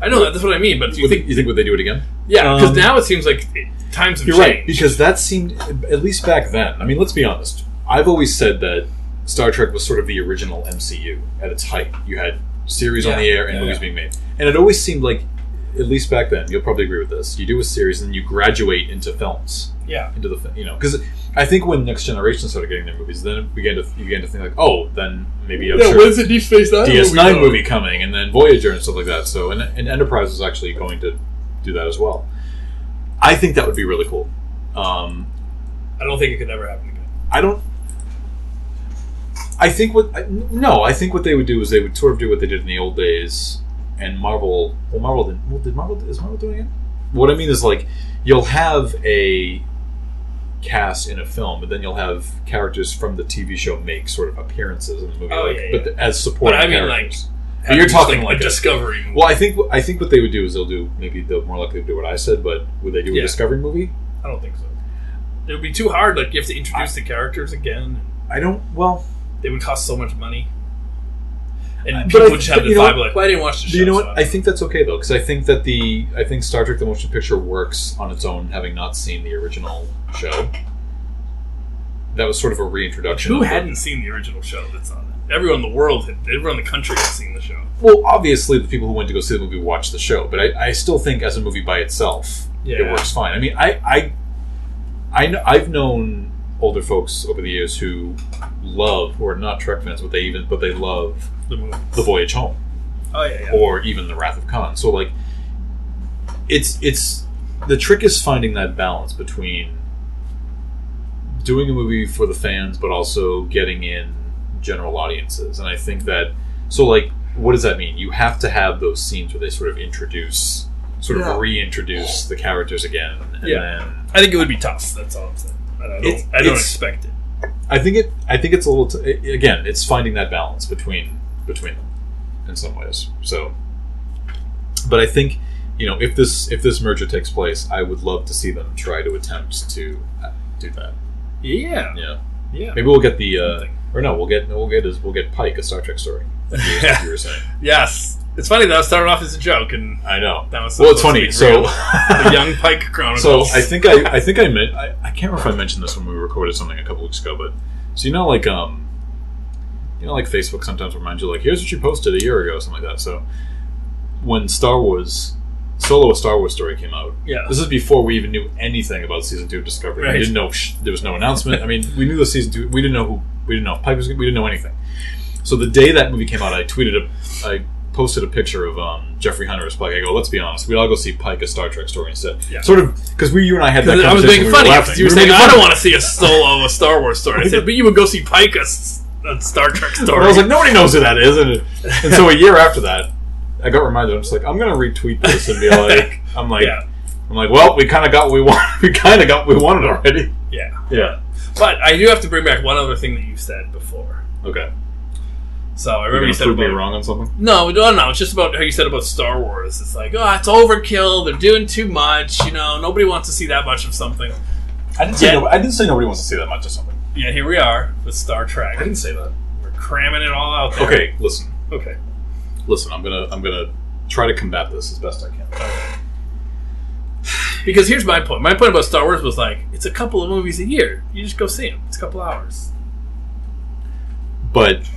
I know that, that's what I mean, but do you Would- think? you think would they do it again Yeah, because Um, now it seems like it- times have You're changed. right because that seemed at least back then. I mean, let's be honest. I've always said that Star Trek was sort of the original MCU at its height. You had series on Yeah. the air and Yeah, movies yeah. being made, and it always seemed like, at least back then, you'll probably agree with this. You do a series and then you graduate into films, yeah, into the fi- you know because. I think when Next Generation started getting their movies, then it began to you began to think like, oh, then maybe I'm sure when's the Deep Space Nine DS9 movie coming, and then Voyager and stuff like that. So, and, and Enterprise is actually going to do that as well. I think that would be really cool. Um, I don't think it could ever happen again. I don't. I think what I- no, I think what they would do is they would sort of do what they did in the old days, and Marvel. Well, Marvel didn't. Well, did Marvel is Marvel doing it? What I mean is like you'll have a cast in a film, but then you'll have characters from the TV show make sort of appearances in the movie, Oh, like, yeah, but as supporting. But I mean, like, characters. But you're talking like a a- Discovery movie. Well, I think I think what they would do is they'll do maybe they'll more likely to do what I said, but would they do a Yeah. Discovery movie? I don't think so. It would be too hard. Like you have to introduce the characters again. I don't. Well, It would cost so much money, Uh, and but people I- would just have but the you know vibe what? like, "Well, I didn't watch the but show." you know so what? don't I think that's okay though, because I think that the I think Star Trek: The Motion Picture works on its own, having not seen the original show. That was sort of a reintroduction. know." who of it. hadn't seen the original show? That's on it. Everyone in the world, had, everyone in the country had seen the show. Well, obviously, the people who went to go see the movie watched the show, but I, I still think as a movie by itself, Yeah. it works fine. I mean, I, I, I kn- I've known older folks over the years who love, who are not Trek fans, but they even, but they love The movie. The Voyage Home Oh yeah, yeah. or even The Wrath of Khan. So, like, it's it's the trick is finding that balance between doing a movie for the fans, but also getting in general audiences. And I think that so like what does that mean? You have to have those scenes where they sort of introduce, sort Yeah. of reintroduce the characters again. And Yeah. Then, I think it would be tough. That's all I'm saying. I don't, It's- I don't it's- expect it. I think it. I think it's a little. T- i- again, it's finding that balance between between them in some ways. So, but I think you know, if this if this merger takes place, I would love to see them try to attempt to uh, do that. Yeah. Yeah, Yeah. maybe we'll get the uh, Something. or no, we'll get no, we'll get is we'll get Pike a Star (laughs) Trek story. you were saying. yes. It's funny that I started off as a joke and I know. that was Well, it's supposed to funny. be So, (laughs) real. the young Pike Chronicles. so I think I, I think I meant I, I can't remember if I mentioned this when we recorded something a couple weeks ago, but so you know, like um, you know, like Facebook sometimes reminds you, like, here's what you posted a year ago, or something like that. So, when Star Wars Solo, a Star Wars story came out, (laughs) yeah. This is before we even knew anything about season two of Discovery. Right. We didn't know sh- there was no announcement. I mean, we knew the season two. We didn't know who. We didn't know if Pike was. gonna- We didn't know anything. So the day that movie came out, I tweeted a. I posted a picture of um, Jeffrey Hunter as Pike. I go, let's be honest, we'd all go see Pike a Star Trek story instead. Yeah. Sort of because we, you and I had that. I was conversation making when fun we of were you. laughing. because You were We were saying, making I fun don't of want to see a solo a Star Wars (laughs) story. I said, but you would go see Pike a, s- a Star Trek it. story. And (laughs) I was like, nobody knows who that is, and, and so a year after that, I got reminded. I'm just like, I'm gonna retweet this and (laughs) be like, I'm like, yeah, I'm like, well, we kind of got what we want. (laughs) We kind of got what we wanted already. yeah. Yeah. But I do have to bring back one other thing that you said before. Okay. So I You're remember gonna you said prove me about wrong on something? No, no, no. It's just about how you said about Star Wars. It's like, oh, it's overkill. They're doing too much. You know, nobody wants to see that much of something. I didn't say no- I didn't say nobody wants to see that much or something. Yeah, here we are with Star Trek. I didn't say that. We're cramming it all out there. Okay, listen, Okay. listen. I'm gonna I'm gonna try to combat this as best I can. Because here's my point. My point about Star Wars was like, it's a couple of movies a year. You just go see them. It's a couple hours. But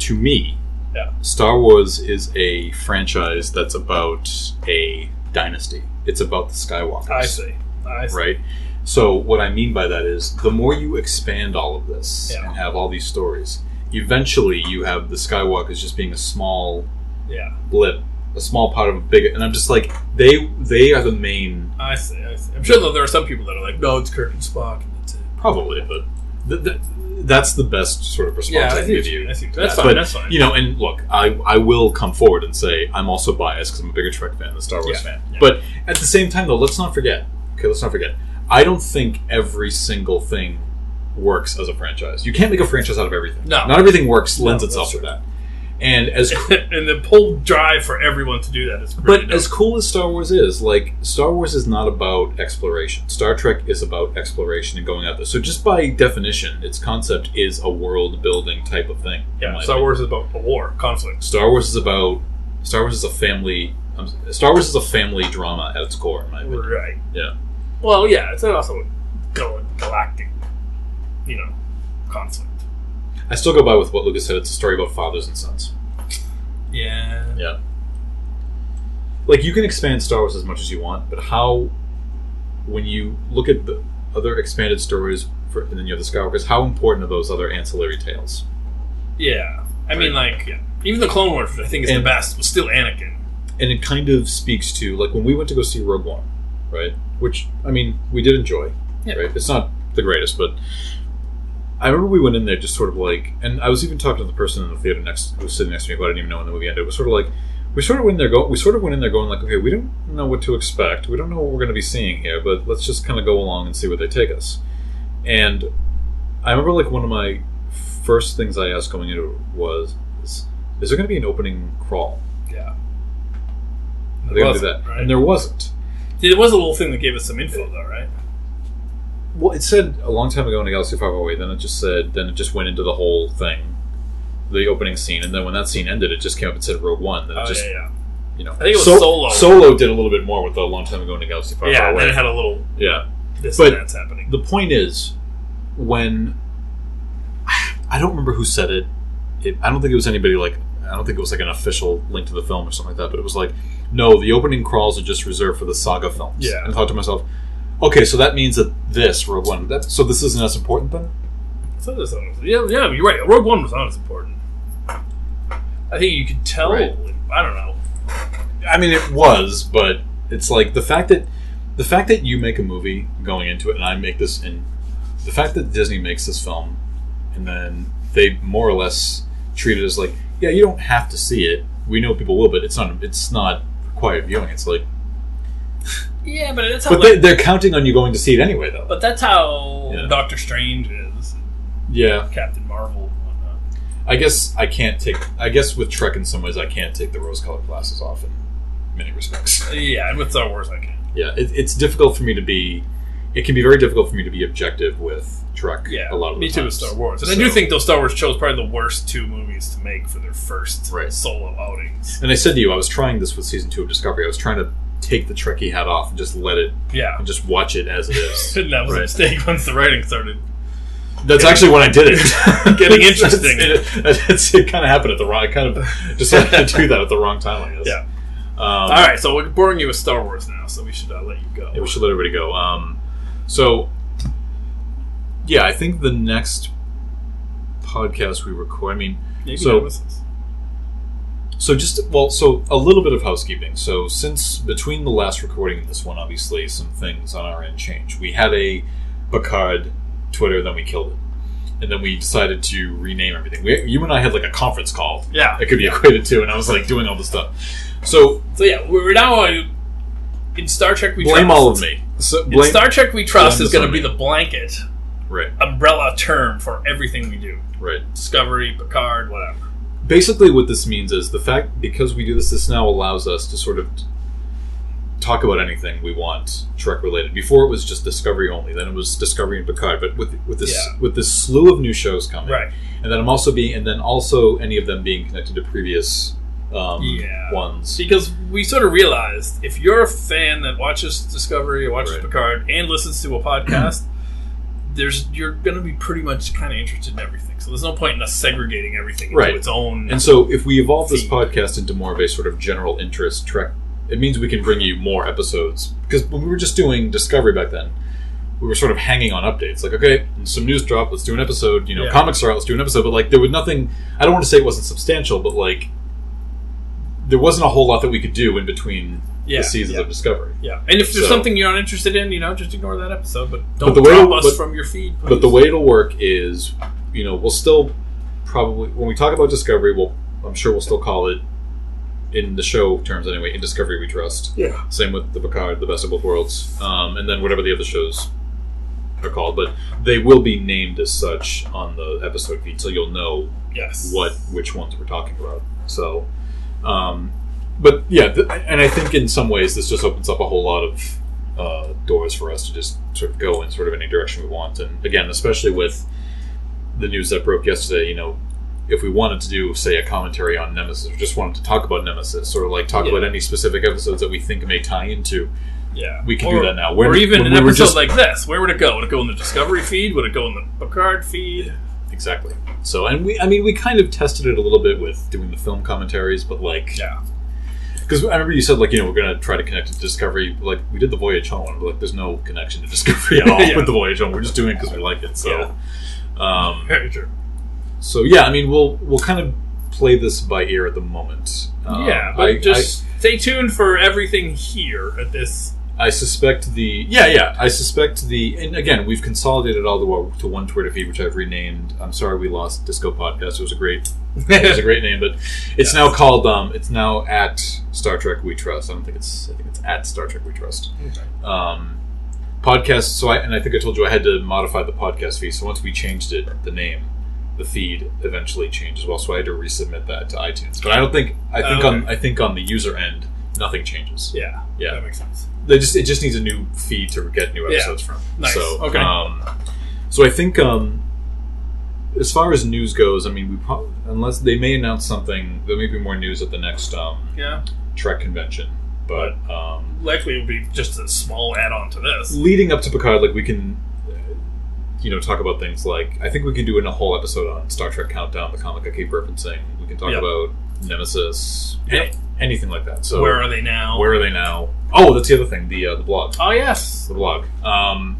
to me, Yeah. Star Wars is a franchise that's about a dynasty. It's about the Skywalkers. I see. I see. Right. So what I mean by that is the more you expand all of this Yeah. and have all these stories, eventually you have the Skywalkers just being a small Yeah. blip, a small part of a big, and I'm just like they they are the main I see. I see. I'm sure that there are some people that are like, no, it's Kirk and Spock, and that's it. probably, but th- th- that's the best sort of response I, can give you. I see. to That's that. fine. But, That's fine. You know, and look, I I will come forward and say I'm also biased because I'm a bigger Trek fan than a Star Wars Yeah, (laughs) fan. yeah. But at the same time, though, let's not forget. Okay, let's not forget. I don't think every single thing works as a franchise. You can't make a franchise out of everything. No. not everything works. Lends No, itself that's to that. (laughs) And as and the pull drive for everyone to do that is pretty but dope. as cool as Star Wars is, like Star Wars is not about exploration. Star Trek is about exploration and going out there. So just by definition, its concept is a world building type of thing. in yeah, my Star opinion. Wars is about a war, conflict. Star Wars is about Star Wars is a family. Um, Star Wars is a family drama at its core, in my opinion. Right. Yeah. Well, yeah, it's also gal- galactic, you know, conflict. I still go by with what Lucas said. It's a story about fathers and sons. Yeah. Yeah. Like you can expand Star Wars as much as you want, but how when you look at the other expanded stories for, and then you have the Skywalkers, how important are those other ancillary tales? Yeah. I mean, like, yeah. even the Clone Wars, which I think is And- the best, was still Anakin. And it kind of speaks to like when we went to go see Rogue One, right? Which I mean, we did enjoy. Yeah. Right? It's not the greatest, but I remember we went in there just sort of like, and I was even talking to the person in the theater next who was sitting next to me, who I didn't even know when the movie ended. It was sort of like we sort of went in there going, we sort of went in there going like, okay, we don't know what to expect. We don't know what we're going to be seeing here, but let's just kind of go along and see where they take us. And I remember like one of my first things I asked going into it was, is, is there going to be an opening crawl? Yeah. Are they There going to was, do that? right? And there wasn't. there was a little thing that gave us some info, though, right? Well, it said a long time ago in a galaxy far, far away. Then it just said. Then it just went into the whole thing, the opening scene, and then when that scene ended, it just came up and said Rogue One. Then it Oh, just yeah, yeah. you know, I think it was Solo. Solo did a little bit more with the long time ago in a galaxy far, yeah, far and then away. it had a little yeah. this But- and that's happening. The point is, when (sighs) I don't remember who said it. it. I don't think it was anybody like. I don't think it was like an official link to the film or something like that. But it was like, no, the opening crawls are just reserved for the saga films. Yeah. And I thought to myself, okay, so that means that this Rogue One. That, so this isn't as important then. So this one was- yeah, yeah, you're right. Rogue One was not as important. I think you could tell. Right. I don't know. I mean, it was, but it's like the fact that the fact that you make a movie going into it, and I make this, and the fact that Disney makes this film, and then they more or less treat it as like, yeah, you don't have to see it. We know people will, but it's not. It's not required viewing. It's like, Yeah, but that's how. but they, they're counting on you going to see it anyway, though. but that's how Yeah. Doctor Strange is, Yeah, Captain Marvel, and whatnot. I guess I can't take. I guess with Trek, in some ways, I can't take the rose-colored glasses off and many respects. Yeah, and with Star Wars, I can. Yeah, it, it's difficult for me to be. It can be very difficult for me to be objective with Trek. Yeah, a lot of me the too with times. Star Wars, and I So- do think those Star Wars chose probably the worst two movies to make for their first Right. solo outings. And I said to you, I was trying this with season two of Discovery. I was trying to take the Trekkie hat off and just let it Yeah, (laughs) and just watch it as it is. and that was a Right. mistake once the writing started. That's actually when I did (laughs) it. Getting interesting. (laughs) That's- it kind of happened at the wrong. I kind of decided to do that at the wrong time. I guess. Yeah. Um, All right, so we're boring you with Star Wars now, so we should uh, let you go. Yeah, we should let everybody go. Um, so, yeah, I think the next podcast we record. I mean, Maybe so- that was us. so just well, so a little bit of housekeeping. So since between the last recording and this one, obviously some things on our end changed. We had a Picard Twitter, then we killed it, and then we decided to rename everything. We, you and I had like a conference call. yeah. It could be equated to, and I was like doing all this stuff. So So yeah, we're now on, in Star Trek. We blame trust. all of me. So In blame Star Trek, we trust blame is going to this be on the blanket right, umbrella term for everything we do. right. Discovery, Picard, whatever. basically what this means is the fact because we do this this now allows us to sort of talk about anything we want trek related before it was just discovery only then it was discovery and picard but with with this Yeah. with this slew of new shows coming Right. and then i'm also being and then also any of them being connected to previous um, Yeah. ones Because we sort of realized if you're a fan that watches Discovery or watches Right. Picard and listens to a podcast, there's you're going to be pretty much kind of interested in everything. So there's no point in us segregating everything into Right. its own. and so if we evolve this Theme. podcast into more of a sort of general interest trek it means we can bring you more episodes because when we were just doing discovery back then we were sort of hanging on updates like okay some news drop let's do an episode you know Yeah. comics are out let's do an episode but like there was nothing i don't want to say it wasn't substantial but like there wasn't a whole lot that we could do in between yeah, the seasons yeah, of discovery yeah. And if there's So- something you're not interested in, you know, just ignore that episode. But don't the way- drop us but- from your feed. But the please. way it'll work is, you know, we'll still probably when we talk about Discovery, we'll I'm sure we'll still call it in the show terms anyway. In Discovery, we trust. Yeah. Same with the Picard, the Best of Both Worlds, um, and then whatever the other shows are called. But they will be named as such on the episode feed, so you'll know yes, what which ones we're talking about. So, um, but yeah, th- and I think in some ways this just opens up a whole lot of uh, doors for us to just sort of go in sort of any direction we want. And again, especially with the news that broke yesterday, you know, if we wanted to do say a commentary on Nemesis, or just wanted to talk about Nemesis, or like talk Yeah. about any specific episodes that we think may tie into, Yeah, we can Or- do that now. or When- even when an we were episode just- like this, where would it go? Would it go in the Discovery feed? Would it go in the Picard feed? exactly. So, and we, I mean, we kind of tested it a little bit with doing the film commentaries, but like, Yeah. Because I remember you said like you know we're gonna try to connect to Discovery. Like we did the Voyage Home. Like there's no connection to Discovery (laughs) at all Yeah. with the Voyage Home. We're just doing it because we like it. So, um, Very true. so yeah. I mean, we'll we'll kind of play this by ear at the moment. Um, yeah, but just stay tuned for everything here at this. I, I suspect the yeah yeah I suspect the and again we've consolidated all the to one Twitter feed which I've renamed. I'm sorry we lost Disco Podcast. It was a great (laughs) it was a great name, but it's now called um it's now at Star Trek We Trust. I don't think it's I think it's at Star Trek We Trust. um, podcast. So I and I think I told you I had to modify the podcast feed. So once we changed it, the name, the feed eventually changed as well. So I had to resubmit that to iTunes. But I don't think I think Okay. on I think on the user end nothing changes. Yeah, Yeah. that makes sense. They just it just needs a new feed to get new Yeah. episodes from. Nice. So Okay. Um, so I think um, as far as news goes, I mean we prob- unless they may announce something, there may be more news at the next um, Yeah, Trek convention. But um, likely it would be just a small add-on to this. leading up to Picard, like we can, uh, you know, talk about things like I think we can do in a whole episode on Star Trek Countdown, the comic I keep referencing. We can talk Yeah. about Nemesis, Yeah. a- anything like that. So where are they now? where are they now? Oh, that's the other thing the uh, the blog Oh yes, the blog. Um,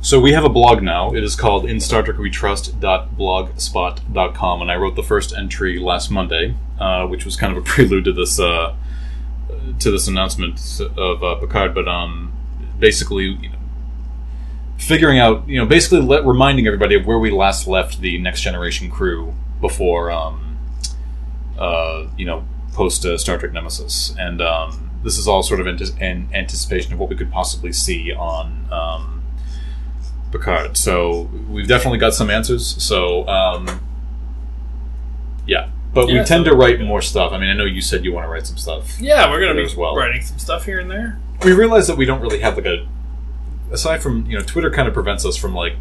so we have a blog now. It is called In Star Trek We Trust.blogspot.com, and I wrote the first entry last Monday, uh, which was kind of a (laughs) prelude to this uh, to this announcement of uh, Picard. But um, basically, you know, figuring out, you know, basically let, reminding everybody of where we last left the Next Generation crew before, um, uh, you know, post uh, Star Trek Nemesis, and um, this is all sort of antis- in anticipation of what we could possibly see on um, Picard. So we've definitely got some answers. So um, yeah, But Yeah, we tend so- to write more stuff. I mean, I know you said you want to write some stuff. Yeah, we're gonna be As well. writing some stuff here and there. We realize that we don't really have like a. Aside from you know, Twitter kind of prevents us from like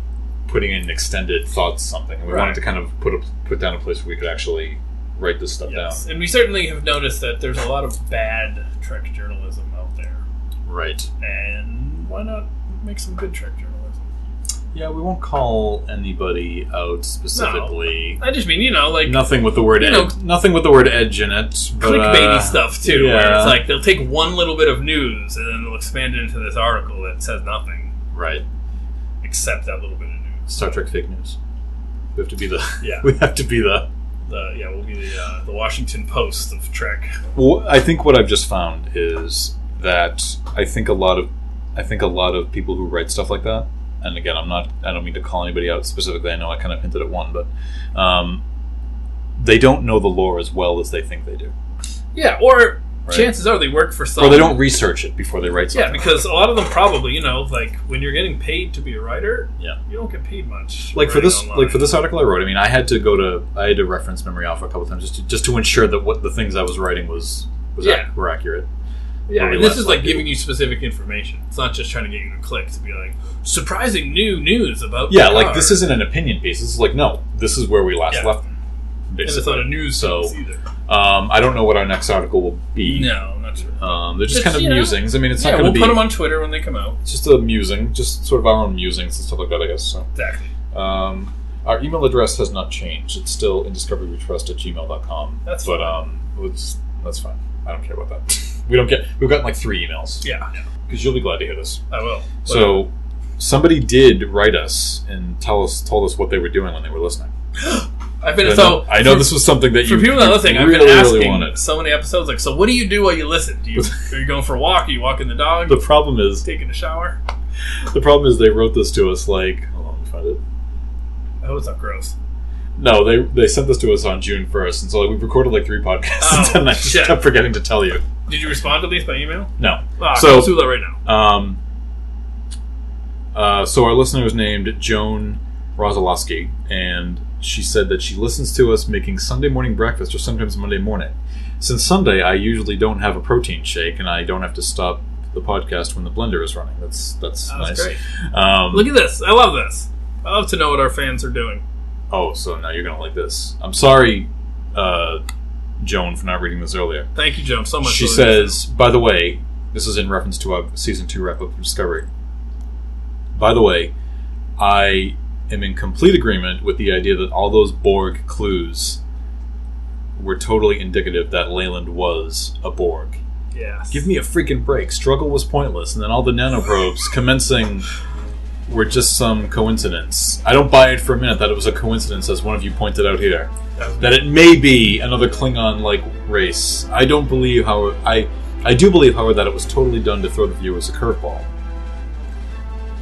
putting in extended thoughts to something. We Right. wanted to kind of put a, put down a place where we could actually write this stuff Yes, and we certainly have noticed that there's a lot of bad Trek journalism out there, down. Right. and why not make some good Trek journalism? Yeah, we won't call anybody out specifically. I just mean, you know, like nothing with the word You know, ed- nothing with the word edge in it. But, clickbaity uh, stuff too, where yeah. it's like they'll take one little bit of news and then they'll expand it into this article that says nothing Right. except that little bit of news. Star Trek fake news. We have to be the. Yeah. (laughs) We have to be the. The, yeah, we'll be the uh, the Washington Post of Trek. Well, I think what I've just found is that I think a lot of, I think a lot of people who write stuff like that, and again, I'm not, I don't mean to call anybody out specifically. I know I kind of hinted at one, but um, they don't know the lore as well as they think they do, Yeah, or Right. chances are they work for some. or they don't research it before they write Yeah, something. because a lot of them probably, you know, like when you're getting paid to be a writer, Yeah. you don't get paid much. like for writing this online. like for this article I wrote, I mean, I had to go to I had to reference Memory Alpha a couple times just to, just to ensure that what the things I was writing was was ac- Yeah. were accurate. Yeah, Really and this less is like likely. giving you specific information. It's not just trying to get you to click to be like surprising new news about. Yeah, the like car." this isn't an opinion piece. This is like no, this is where we last Yeah. left. and it's Basically, not a news So- piece either. um, I don't know what our next article will be. No, not sure. Um, they're just Just, kind of you know, musings. I mean, it's Yeah, not we'll going to put them be. on Twitter when they come out. it's just a musing, just sort of our own musings and stuff like that. I guess so. Exactly. Um, our email address has not changed. It's still indiscoverywetrust at gmail.com. That's but um, it's, that's fine. I don't care about that. (laughs) We don't get. We've gotten like three emails Yeah, because you'll be glad to hear this. I will. So somebody did write us and tell us told us what they were doing when they were listening. I've been I know, so. I know for, this was something that for you people that you are listening. I've really, been asking really wanted. so many episodes. Like, so what do you do while you listen? (laughs) Do you are you going for a walk? Are you walking the dog? The problem is taking a shower? the problem is they wrote this to us like hold on, let me find it. Oh, it's not gross. No, they they sent this to us on June first, and so like, we've recorded like three podcasts, Oh, (laughs) and I just shit. kept forgetting to tell you. Did you respond to these by email? No, Ah, So- let's do that right now. Um, uh, so our listener was named Joan Rosolowski, and she said that she listens to us making Sunday morning breakfast or sometimes Monday morning. Since Sunday, I usually don't have a protein shake, and I don't have to stop the podcast when the blender is running. That's that's, That's nice. great. Um, Look at this. I love this. I love to know what our fans are doing. oh, so now you're gonna like this. I'm sorry, uh, Joan, for not reading this earlier. Thank you, Joan, so much. She for this. says, by the way, this is in reference to our season two wrap up of Discovery. By the way, I am in complete agreement with the idea that all those Borg clues were totally indicative that Leyland was a Borg. "Yes, Give me a freaking break. Struggle was pointless, and then all the nanoprobes commencing were just some coincidence. I don't buy it for a minute that it was a coincidence, as one of you pointed out here that it may be another Klingon like race. I don't believe how I I do believe, however, that it was totally done to throw the viewers a curveball.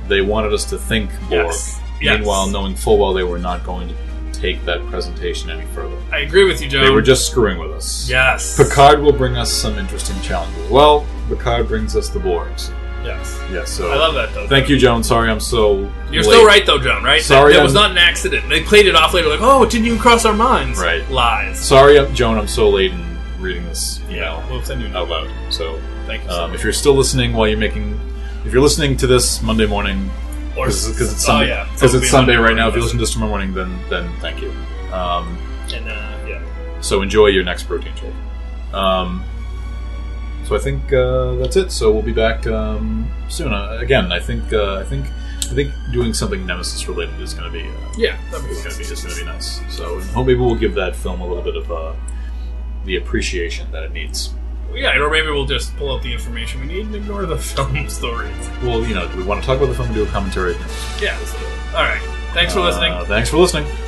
They wanted us to think Borg, Yes. Yes. meanwhile knowing full well they were not going to take that presentation any further. I agree with you, Joan. They were just screwing with us. yes, Picard will bring us some interesting challenges. Well, Picard brings us the Borgs. Yes, Yeah, so I love that though. thank you, Joan. Sorry, I'm so. You're late. still right though, Joan. Right? That- Sorry, that, was I'm- not an accident. They played it off later, like, "Oh, it didn't even cross our minds." Right. Lies. Sorry, I'm- Joan. I'm so late in reading this email We'll send you out another. loud. So Thank you. So Um, much. if you're still listening while you're making, if you're listening to this Monday morning, Or- because it's Sunday, oh, yeah. because It'll be it's Sunday Monday right now. If you listen morning. to this tomorrow morning, then then thank you. Um, and uh, yeah, so enjoy your next protein shake. Um, so I think uh, that's it. So we'll be back um, soon. Uh, again, I think uh, I think I think doing something Nemesis related is going to be uh, yeah, that makes is going to be sense. is going to be nice. So and hope maybe we'll give that film a little bit of uh, the appreciation that it needs. Yeah, or maybe we'll just pull out the information we need and ignore the (laughs) film stories. Well, you know, do we want to talk about the film and do a commentary? Yeah. let's do it. All right. Thanks for listening. Uh, thanks for listening.